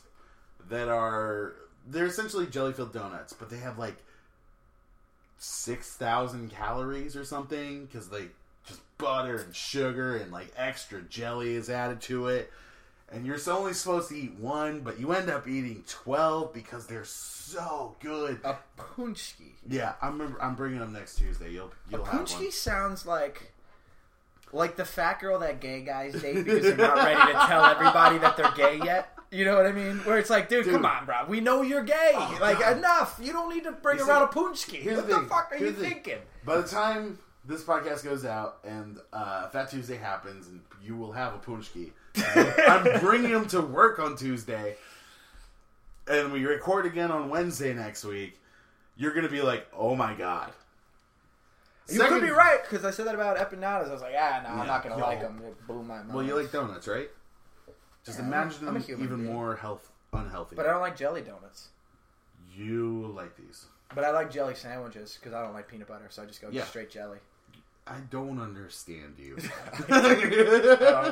A: that are they're essentially jelly-filled donuts, but they have like six thousand calories or something because they just butter and sugar and like extra jelly is added to it. And you're so only supposed to eat one, but you end up eating twelve because they're so good.
B: A punchki.
A: Yeah, I'm I'm bringing them next Tuesday. You'll you'll have one.
B: Punchki sounds like like the fat girl that gay guys date because they're not ready to tell everybody that they're gay yet. You know what I mean? Where it's like, dude, come on, bro. We know you're gay. like,
A: Oh, God.
B: enough. You don't need to bring
A: You see,
B: around a punchki.
A: here's
B: What
A: the
B: the,
A: thing.
B: fuck are
A: Here's
B: you
A: the thing.
B: thinking?
A: By the time this podcast goes out and uh, Fat Tuesday happens, and you will have a punchki. I'm bringing him to work on Tuesday, and we record again on Wednesday next week. You're gonna be like, "Oh my god!"
B: You
A: Second-
B: could be right because I said that about empanadas. I was like, ah, no, I'm not gonna
A: Yeah.
B: like them. They blew my mind.
A: Well, you like donuts, right? Just
B: Yeah,
A: imagine
B: I'm a
A: them
B: human
A: even
B: being.
A: more health unhealthy.
B: but I don't like jelly donuts.
A: you like these?
B: But I like jelly sandwiches because I don't like peanut butter, so I just go
A: Yeah.
B: straight jelly.
A: I don't understand you.
B: Um,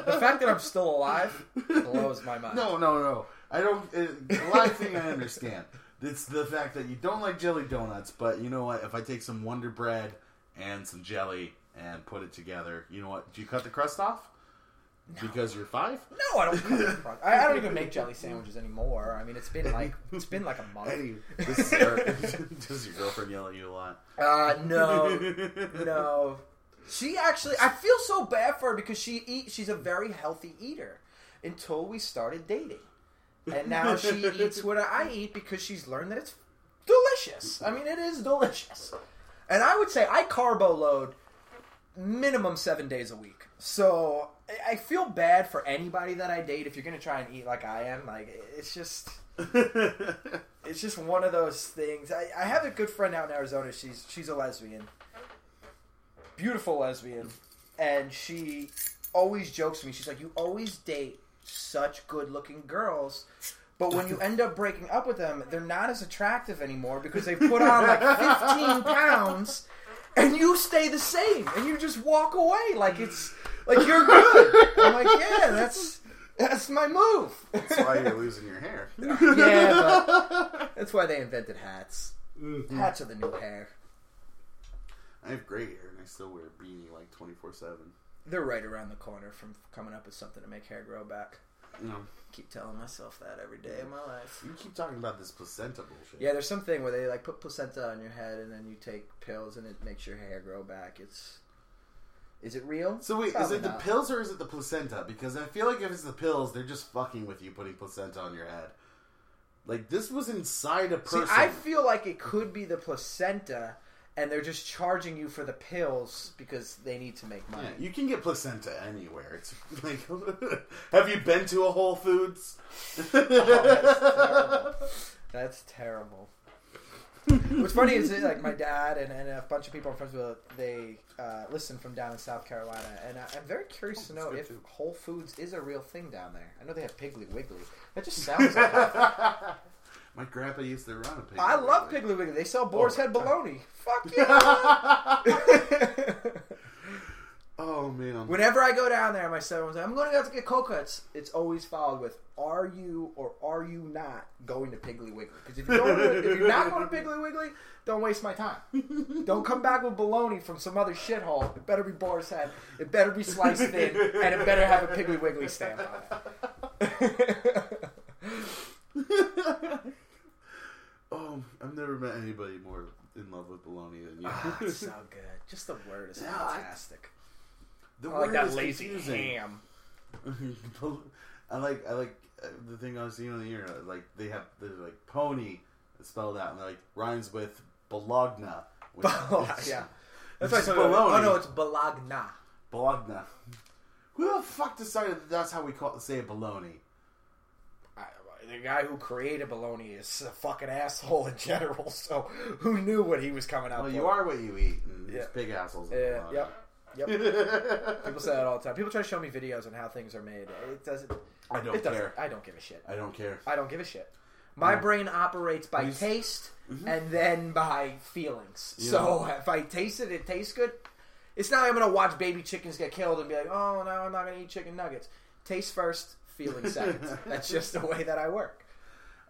B: the fact that I'm still alive blows my mind.
A: No, no, no. I don't. It, the live thing I understand. It's the fact that you don't like jelly donuts, but you know what? If I take some Wonder Bread and some jelly and put it together, you know what? Do you cut the crust off? Because you're five.
B: No, I don't. cut the crust. I, I don't even make jelly sandwiches anymore. I mean, it's been like it's been like a month.
A: Hey, this is Eric. Does your girlfriend yell at you a lot?
B: Uh, no, no. She actually, I feel so bad for her because she eat. She's a very healthy eater until we started dating, and now she eats what I eat because she's learned that it's delicious. I mean, it is delicious, and I would say I carbo load minimum seven days a week. So I- I feel bad for anybody that I date if you're gonna try and eat like I am. Like it's just. It's just one of those things. I, I have a good friend out in Arizona. She's she's a lesbian, beautiful lesbian, and she always jokes to me. She's like, "You always date such good-looking girls, but when you end up breaking up with them, they're not as attractive anymore because they put on like 15 pounds." and you stay the same, and you just walk away like it's like you're good. I'm like, yeah, that's that's my move.
A: That's why you're losing your hair.
B: Yeah, that's why they invented hats. Hats are the new hair.
A: Mm-hmm. I have gray hair and I still wear a beanie like 24 7.
B: They're right around the corner from coming up with something to make hair grow back.
A: No.
B: Keep telling myself that every day of my life.
A: You keep talking about this placenta bullshit.
B: Yeah, there's something where they like put placenta on your head and then you take pills and it makes your hair grow back. It's is it real?
A: So wait,
B: Probably
A: is it the
B: not.
A: pills or is it the placenta? Because I feel like if it's the pills, they're just fucking with you, putting placenta on your head. Like this was inside a
B: See,
A: person.
B: I feel like it could be the placenta, and they're just charging you for the pills because they need to make money.
A: Yeah, you can get placenta anywhere. It's like, have you been to a Whole Foods?
B: Oh, That's terrible. What's funny is that, like my dad and, and a bunch of people I'm friends with they uh, listen from down in South Carolina, and I, I'm very curious to know
A: good
B: if
A: too.
B: Whole Foods is a real thing down there. I know they have Piggly Wiggly. That just sounds. like
A: My grandpa used to run a pig.
B: I love Piggly Wiggly. They
A: Oh,
B: sell Boar's Head bologna. Fuck yeah!
A: oh man.
B: Whenever I go down there, my son was like, I'm going to go to get cold cuts. It's always followed with, are you or are you not going to Piggly Wiggly? Because if, you don't- if you're not going to Piggly Wiggly, don't waste my time. Don't come back with baloney from some other shithole. It better be boar's head. It better be sliced thin. And it better have a Piggly Wiggly stamp on it.
A: oh, I've never met anybody more in love with bologna than you.
B: Ah, it's so good. Just the word is
A: No, I-
B: fantastic.
A: the
B: I like
A: word
B: that
A: is
B: lazy
A: confusing.
B: ham.
A: I like I like uh, the thing I was seeing on the internet. Like they have the like pony spelled out, and they're like rhymes with Bologna. Which is-
B: Oh, yeah. That's why I
A: It's
B: told you. Oh,
A: bologna.
B: no, it's Bologna.
A: Bologna. Who the fuck decided that that's how we call it, say it, baloney?
B: I, the guy who created baloney is a fucking asshole in general. So who knew what he was coming out
A: Well,
B: with?
A: you are what you eat, and these
B: Yeah.
A: big assholes. are
B: Yeah,
A: bologna.
B: yep. Yep. People say that all the time. People try to show me videos on how things are made. It doesn't.
A: I don't
B: it doesn't.
A: care.
B: I don't give a shit.
A: I don't care.
B: I don't give a shit. My brain operates by taste
A: Mm-hmm.
B: and then by feelings. So if I taste it, it tastes good. It's not like I'm gonna watch baby chickens get killed and be like, oh no, I'm not gonna eat chicken nuggets. Taste first, feeling second. That's just the way that I work.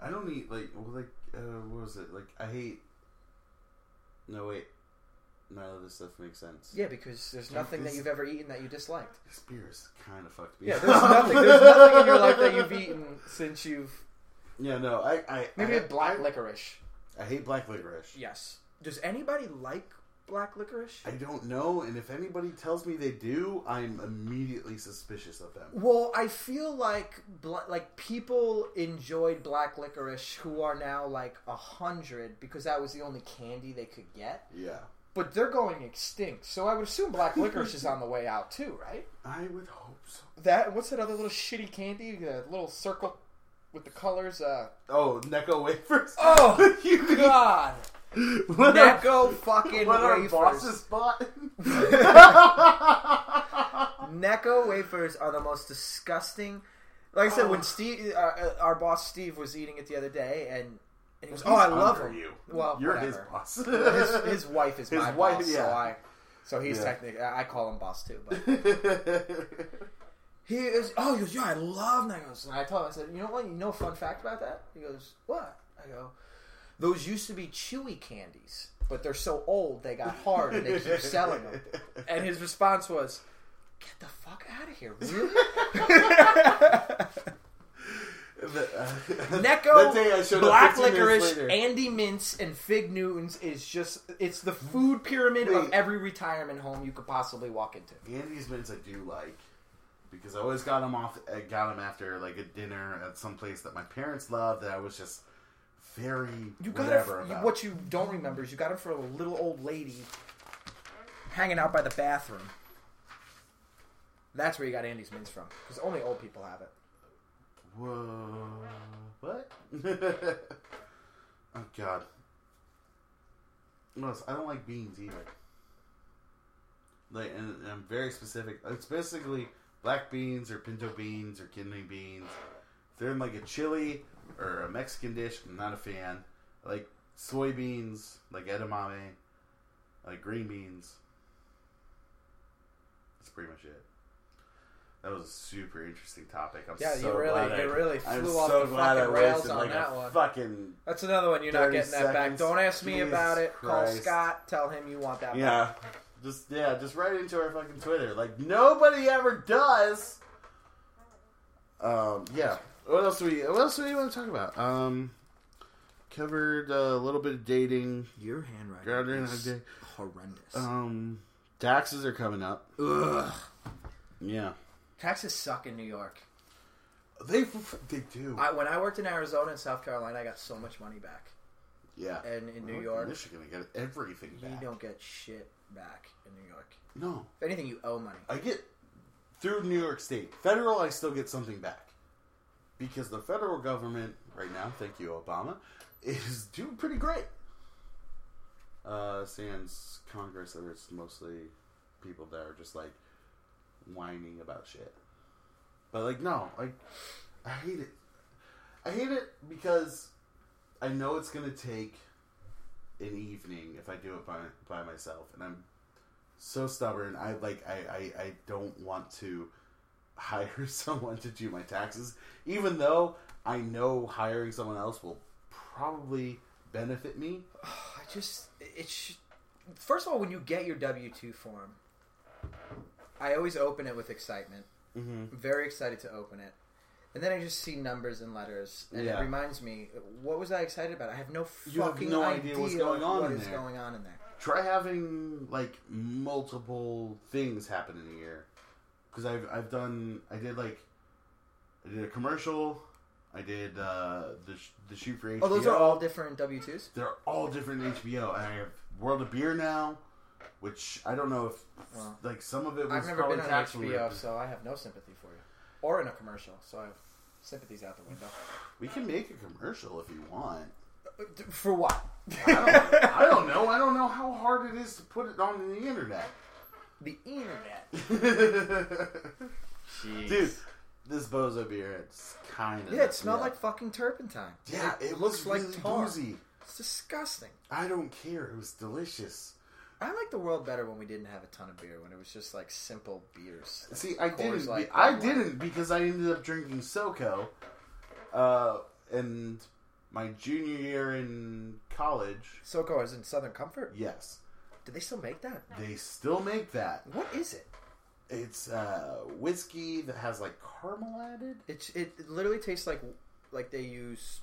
A: I don't eat like well, like uh, what was it? Like I hate. No wait, none of this stuff makes sense.
B: Yeah, because there's nothing that you've ever eaten that you disliked.
A: This beer is kind of fucked me.
B: Yeah,
A: up.
B: there's nothing. There's nothing in your life that you've eaten since you've
A: yeah, no, I I
B: maybe
A: I,
B: a black
A: I,
B: licorice.
A: I hate black licorice.
B: Yes. Does anybody like black licorice?
A: I don't know, and if anybody tells me they do, I'm immediately suspicious of them.
B: Well, I feel like bla- like people enjoyed black licorice who are now like a hundred because that was the only candy they could get.
A: Yeah,
B: But they're going extinct, so I would assume black licorice is on the way out too, right?
A: I would hope so.
B: That what's that other little shitty candy? The little circle with the colors. Uh,
A: Oh, Necco wafers.
B: Oh,
A: you mean-
B: God.
A: what our-
B: Necco fucking
A: what our
B: wafers. Oh,
A: bosses bought.
B: Necco wafers are the most disgusting. Like I said,
A: Oh.
B: when Steve, uh, uh, our boss Steve, was eating it the other day, and, and he was, "Oh, I love
A: Under
B: them."
A: you.
B: Well,
A: you're
B: whatever.
A: his
B: his,
A: boss.
B: his wife is
A: His
B: my
A: wife,
B: boss, so
A: yeah.
B: I, so he's
A: Yeah.
B: technically I I call him boss too. But he is. Oh, he goes, "Yeah, I love Legos." And I told him, I said, "You know what? You know a fun fact about that?" He goes, "What?" I go, "Those used to be chewy candies, but they're so old they got hard, and they keep selling them." And his response was, "Get the fuck out of here, really."
A: That
B: Necco,
A: uh, day I showed up
B: black
A: 15 minutes
B: licorice,
A: later.
B: Andy Mints, and Fig Newtons is just, it's the food pyramid of
A: Wait.
B: every retirement home you could possibly walk into.
A: Andy's mints I do like because I always got them off. I got them after like a dinner at some place that my parents loved that I was just very
B: You got it,
A: whatever
B: you-
A: about.
B: what you don't remember is you got it for a little old lady hanging out by the bathroom. That's where you got Andy's Mints from, because only old people have it.
A: Whoa! What? oh God! What else? I don't like beans either. Like, and, and I'm very specific. It's basically black beans or pinto beans or kidney beans. If they're in like a chili or a Mexican dish, I'm not a fan. I like soybeans, like edamame. like green beans. That's pretty much it. That was a super interesting topic. I'm
B: Yeah, you
A: so
B: really-
A: glad
B: you
A: I-
B: really
A: I'm
B: flew off
A: so
B: the
A: glad
B: fucking
A: I
B: rails
A: wasted,
B: on
A: like, a
B: that one.
A: Fucking
B: That's another one you're not
A: 30
B: getting that back.
A: seconds.
B: Don't ask me
A: Jesus
B: about it. Call
A: Christ.
B: Scott. Tell him you want that. back.
A: yeah, just yeah, just right into our fucking Twitter. Like nobody ever does. Um, yeah. What else do we? What else do we want to talk about? Um, covered uh, a little bit of dating.
B: Your handwriting
A: Your handwriting
B: is
A: is
B: horrendous.
A: Um, taxes are coming up.
B: Ugh.
A: Yeah,
B: Taxes suck in New York.
A: they they do.
B: I, when I worked in Arizona and South Carolina, I got so much money back.
A: yeah,
B: And in
A: Well,
B: New York,
A: Michigan, I get everything
B: you
A: back.
B: don't get shit back in New York.
A: No,
B: If anything, you owe money.
A: I get through New York State. Federal, I still get something back because the federal government right now, thank you Obama, is doing pretty great. Uh, sans Congress, there's mostly people that are just like whining about shit. But like, no, like I hate it. I hate it because I know it's gonna take an evening if I do it by by myself, and I'm so stubborn. I like I, I, I don't want to hire someone to do my taxes, even though I know hiring someone else will probably benefit me.
B: I just it's sh- first of all when you get your W two form, I always open it with excitement.
A: Mm-hmm.
B: I'm very excited to open it, and then I just see numbers and letters, and
A: Yeah.
B: it reminds me what was I excited about? I have no fucking
A: You have no
B: idea,
A: idea what's going on
B: what
A: in
B: is
A: there.
B: going on in there.
A: Try having like multiple things happen in a year, because I've I've done I did like I did a commercial, I did uh, the sh- the shoot for HBO.
B: Oh, those are all different W twos.
A: They're all different HBO. I have World of Beer now, which I don't know if
B: Wow.
A: like some of it was
B: I've never
A: probably
B: been on
A: tax
B: HBO,
A: relief.
B: so I have no sympathy for you, or in a commercial, so I have sympathies out the window.
A: We can make a commercial if you want.
B: For what?
A: I don't, I don't know. I don't know how hard it is to put it on the internet.
B: the internet.
A: Dude, this bozo beer, it's kind of
B: Yeah, it smelled like fucking turpentine.
A: yeah, it, looks
B: looks like
A: like
B: tar.
A: boozy.
B: It's disgusting.
A: I don't care. It was delicious.
B: I liked the world better when we didn't have a ton of beer, when it was just like simple beers.
A: See, I
B: Coors
A: didn't.
B: Light,
A: be- I
B: Bud Light.
A: didn't because I ended up drinking SoCo, uh, and my junior year in college.
B: SoCo is in Southern Comfort.
A: Yes,
B: Do they still make that?
A: they still make that.
B: What is it?
A: It's uh, whiskey that has like caramel added.
B: It it literally tastes like like they use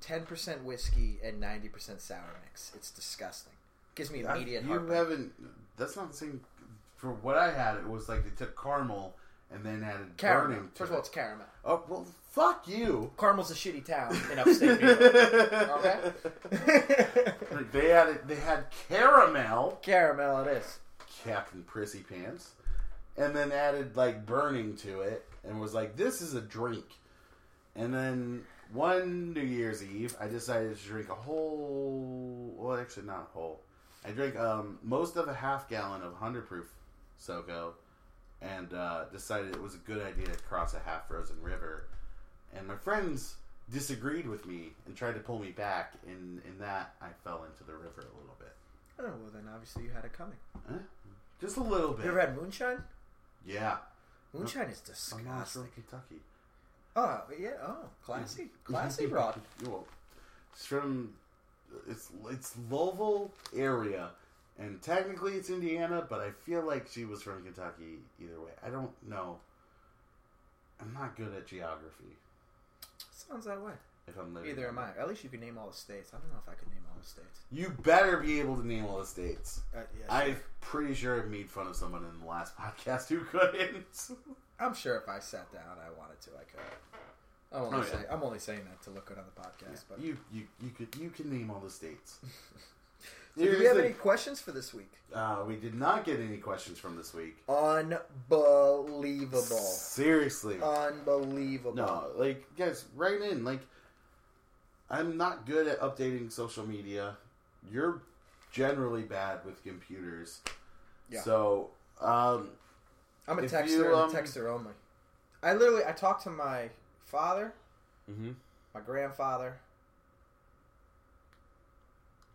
B: ten percent whiskey and ninety percent sour mix. It's disgusting. Gives me
A: I-
B: immediate
A: you
B: heartburn.
A: haven't. That's not the same. For what I had, it was like they took caramel and then added
B: Caramel.
A: burning. To
B: First of all,
A: it.
B: it's caramel.
A: oh well, fuck you.
B: Carmel's a shitty town in upstate New York. Okay.
A: they added. They had caramel.
B: caramel it is.
A: Captain Prissy Pants, and then added like burning to it, and was like, "This is a drink." And then one New Year's Eve, I decided to drink a whole. Well, actually, not a whole. I drank um, most of a half gallon of hundred proof SoCo, and uh, decided it was a good idea to cross a half frozen river. And my friends disagreed with me and tried to pull me back, and in that, I fell into the river a little bit.
B: Oh well, then obviously you had it coming.
A: Huh? Just a little bit.
B: You ever had moonshine?
A: Yeah.
B: Moonshine is
A: I'm not from
B: disgusting.
A: Kentucky.
B: Oh yeah, oh classy, classy, Rod.
A: Well, it's from it's it's Louisville area, and technically it's Indiana, but I feel like she was from Kentucky. Either way, I don't know. I'm not good at geography.
B: Sounds that way.
A: If I'm living
B: Either am I. At least you can name all the states. I don't know if I could name all the states.
A: You better be able to name all the states.
B: Uh, yes,
A: I'm pretty sure I made fun of someone in the last podcast who couldn't.
B: I'm sure if I sat down, and I wanted to, I could. I'm only,
A: Oh, yeah.
B: say, I'm only saying that to look good on the podcast. But
A: you, you, you could, you can name all the states.
B: do we have
A: Seriously.
B: any questions for this week?
A: Uh, we did not get any questions from this week.
B: Unbelievable!
A: Seriously.
B: Uh, Unbelievable!
A: no, like, guys, write in. Like, I'm not good at updating social media. You're generally bad with computers.
B: Yeah.
A: So, um,
B: I'm a
A: if
B: texter.
A: you, um,
B: I'm a texter only. I literally, I talked to my father, my grandfather,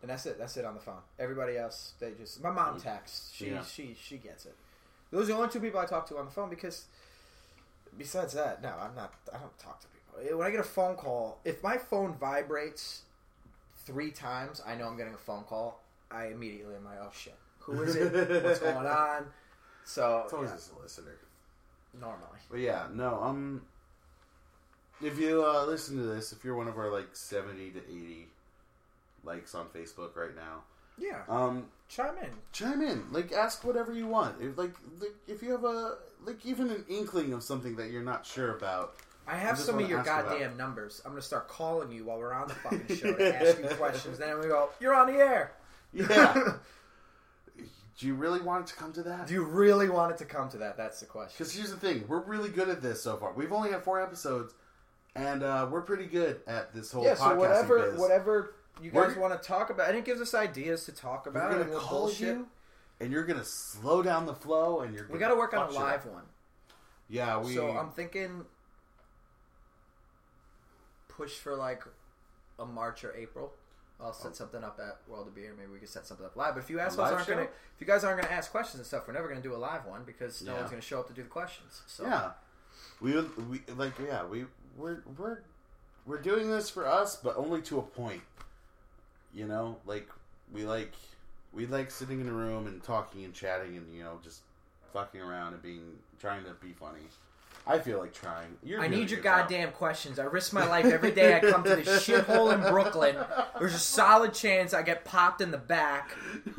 B: And that's it. That's it on the phone. Everybody else, they just. My mom texts. She
A: Yeah.
B: she she gets it. Those are the only two people I talk to on the phone because. Besides that, no, I'm not. I don't talk to people. Eh, When I get a phone call, if my phone vibrates three times, I know I'm getting a phone call. I immediately am like, oh shit, who is it? What's going on? So
A: It's always
B: yeah,
A: a solicitor.
B: normally,
A: But yeah, no, um, if you uh, listen to this, if you're one of our like 70 to 80 likes on Facebook right now,
B: yeah,
A: um,
B: chime in.
A: chime in. Like, ask whatever you want. If, like, like, if you have a like even an inkling of something that you're not sure about,
B: I
A: I
B: have
A: just
B: some of
A: wanna
B: your
A: ask about-
B: goddamn numbers. I'm gonna start calling you while we're on the fucking show to ask you questions. Then we go, you're on the air.
A: yeah. Do you really want it to come to that?
B: Do you really want it to come to that? That's the question.
A: Because here's the thing, we're really good at this so far. We've only had four episodes, and uh, we're pretty good at this whole
B: Yeah.
A: podcasting
B: So whatever,
A: biz.
B: whatever you guys
A: We're-
B: want to talk about, and it gives us ideas to talk
A: we're
B: about.
A: gonna
B: and we'll
A: call
B: bullshit.
A: you, and you're gonna slow down the flow, and you're
B: We got
A: gonna
B: to work on
A: fuck
B: a
A: shit
B: live
A: up.
B: one.
A: Yeah, we.
B: So um, I'm thinking, push for like a March or April. I'll set something up at World of Beer. Maybe we can set something up live. But if you assholes
A: Oh. live
B: aren't
A: show?
B: gonna, if you guys aren't gonna ask questions and stuff, we're never gonna do a live one because no
A: Yeah.
B: one's gonna show up to do the questions. So
A: yeah, we would- we like yeah we we're we're we're doing this for us, but only to a point. You know, like we like we like sitting in a room and talking and chatting and you know just fucking around and being trying to be funny. I feel like trying. You're
B: I
A: doing
B: need your
A: it, Rob.
B: goddamn questions. I risk my life every day. I come to this shithole in Brooklyn. There's a solid chance I get popped in the back.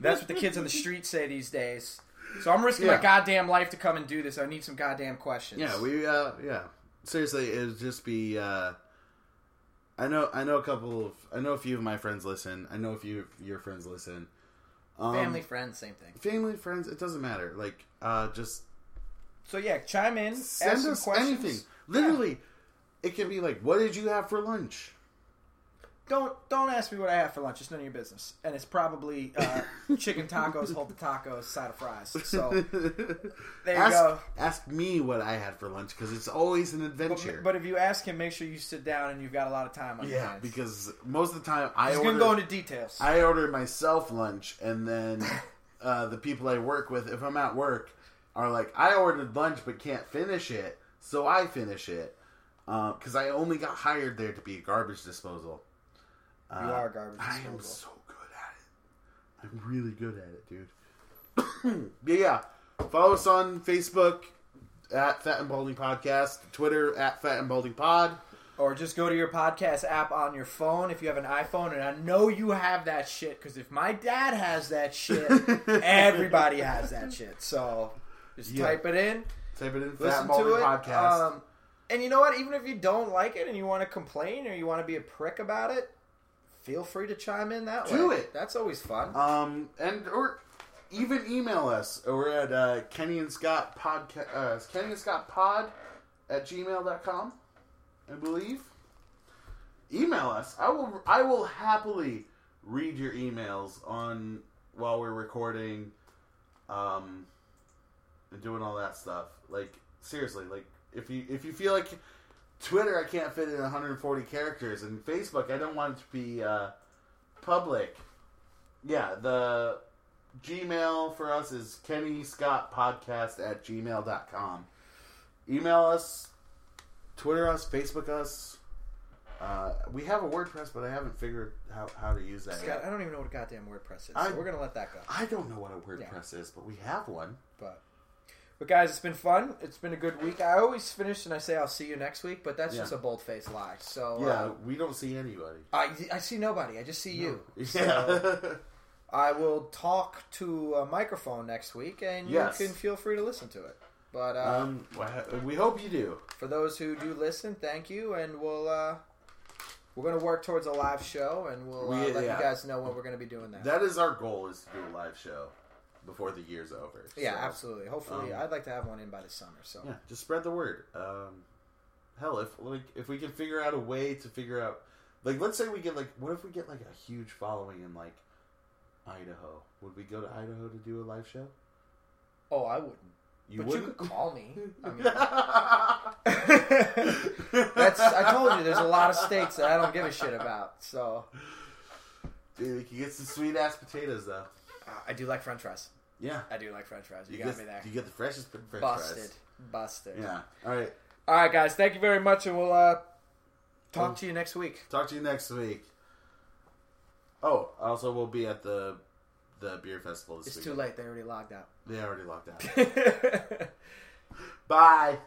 B: That's what the kids on the street say these days. So I'm risking
A: Yeah.
B: my goddamn life to come and do this. I need some goddamn questions.
A: Yeah, we uh yeah. Seriously, it would just be uh I know I know a couple of I know a few of my friends listen. I know a few of your friends listen. Um
B: family, friends, same thing.
A: family friends, it doesn't matter. Like uh just
B: So yeah, chime in.
A: send
B: ask
A: us
B: some questions.
A: anything. Literally it can be like what did you have for lunch?
B: Don't don't ask me what I have for lunch. It's none of your business, and it's probably uh, chicken tacos, hold the tacos, side of fries. So, Oh. there you
A: ask,
B: go.
A: Ask me what I had for lunch because it's always an adventure.
B: but if you ask him, make sure you sit down and you've got a lot of time on your
A: yeah,
B: hands.
A: because most of the time I
B: he's
A: order,
B: gonna go into details.
A: I order myself lunch, and then uh, the people I work with, if I'm at work, are like, I ordered lunch but can't finish it, so I finish it. Because I only got hired there to be a garbage disposal. Uh,
B: you are a garbage
A: I
B: disposal.
A: am so good at it. I'm really good at it, dude. but yeah, follow us on Facebook at Fat and Balding Podcast, Twitter at Fat and Balding Pod.
B: Or just go to your podcast app on your phone if you have an iPhone, and I know you have that shit because if my dad has that shit, everybody has that shit. So just
A: Yeah.
B: type it in.
A: Type it in Fat
B: listen
A: and
B: to
A: Balding
B: it.
A: Podcast.
B: Um, and you know what? Even if you don't like it and you want to complain or you want to be a prick about it, feel free to chime in that
A: Do
B: way.
A: it.
B: That's always fun.
A: Um, and or even email us. We're at uh, Kenny and Scott podcast. Uh, Kenny and Scott pod at gmail.com, I believe. Email us. I will. I will happily read your emails on while we're recording, um, and doing all that stuff. Like seriously, like if you if you feel like Twitter, I can't fit in 140 characters, and Facebook, I don't want it to be uh, public. Yeah, the Gmail for us is Kenny Scott Podcast at gmail.com. Email us, Twitter us, Facebook us. Uh, we have a WordPress, but I haven't figured how, how to use that
B: Scott,
A: yet.
B: I don't even know what a goddamn WordPress is.
A: I-
B: so we're gonna let that go.
A: I don't know what a WordPress is, but we have one.
B: But but guys, it's been fun. It's been a good week. I always finish and I say I'll see you next week, but that's
A: Yeah.
B: just a bold faced lie. So
A: Yeah,
B: uh,
A: we don't see anybody.
B: I I see nobody. I just see you. So
A: Yeah.
B: I will talk to a microphone next week, and
A: Yes.
B: you can feel free to listen to it. But uh,
A: um, well, we hope you do.
B: for those who do listen, thank you, and we'll uh, we're gonna work towards a live show, and we'll uh,
A: We-
B: let
A: yeah.
B: you guys know when we're gonna be doing that.
A: That is our goal is to do a live show before the year's over.
B: yeah,
A: So,
B: absolutely. Hopefully,
A: um,
B: I'd like to have one in by the summer. So
A: Yeah, just spread the word. Um, hell, if like if we can figure out a way to figure out, like, let's say we get like, what if we get like a huge following in like Idaho? Would we go to Idaho to do a live show?
B: oh, I wouldn't,
A: You
B: but you
A: wouldn't.
B: could call me. I mean,
A: That's
B: That's I told you. There's a lot of states that I don't give a shit about. So
A: Dude, he gets the sweet ass potatoes though.
B: Uh, I do like French fries.
A: Yeah,
B: I do like French fries. You,
A: get
B: got me there.
A: You get the freshest p- French
B: Busted.
A: fries.
B: Busted.
A: Yeah. All right.
B: All right, guys. Thank you very much, and we'll uh, talk
A: Cool.
B: to you next week.
A: Talk to you next week. Oh, also we'll be at the the beer festival this
B: It's
A: week.
B: too late. They already logged out.
A: They already locked out. Bye.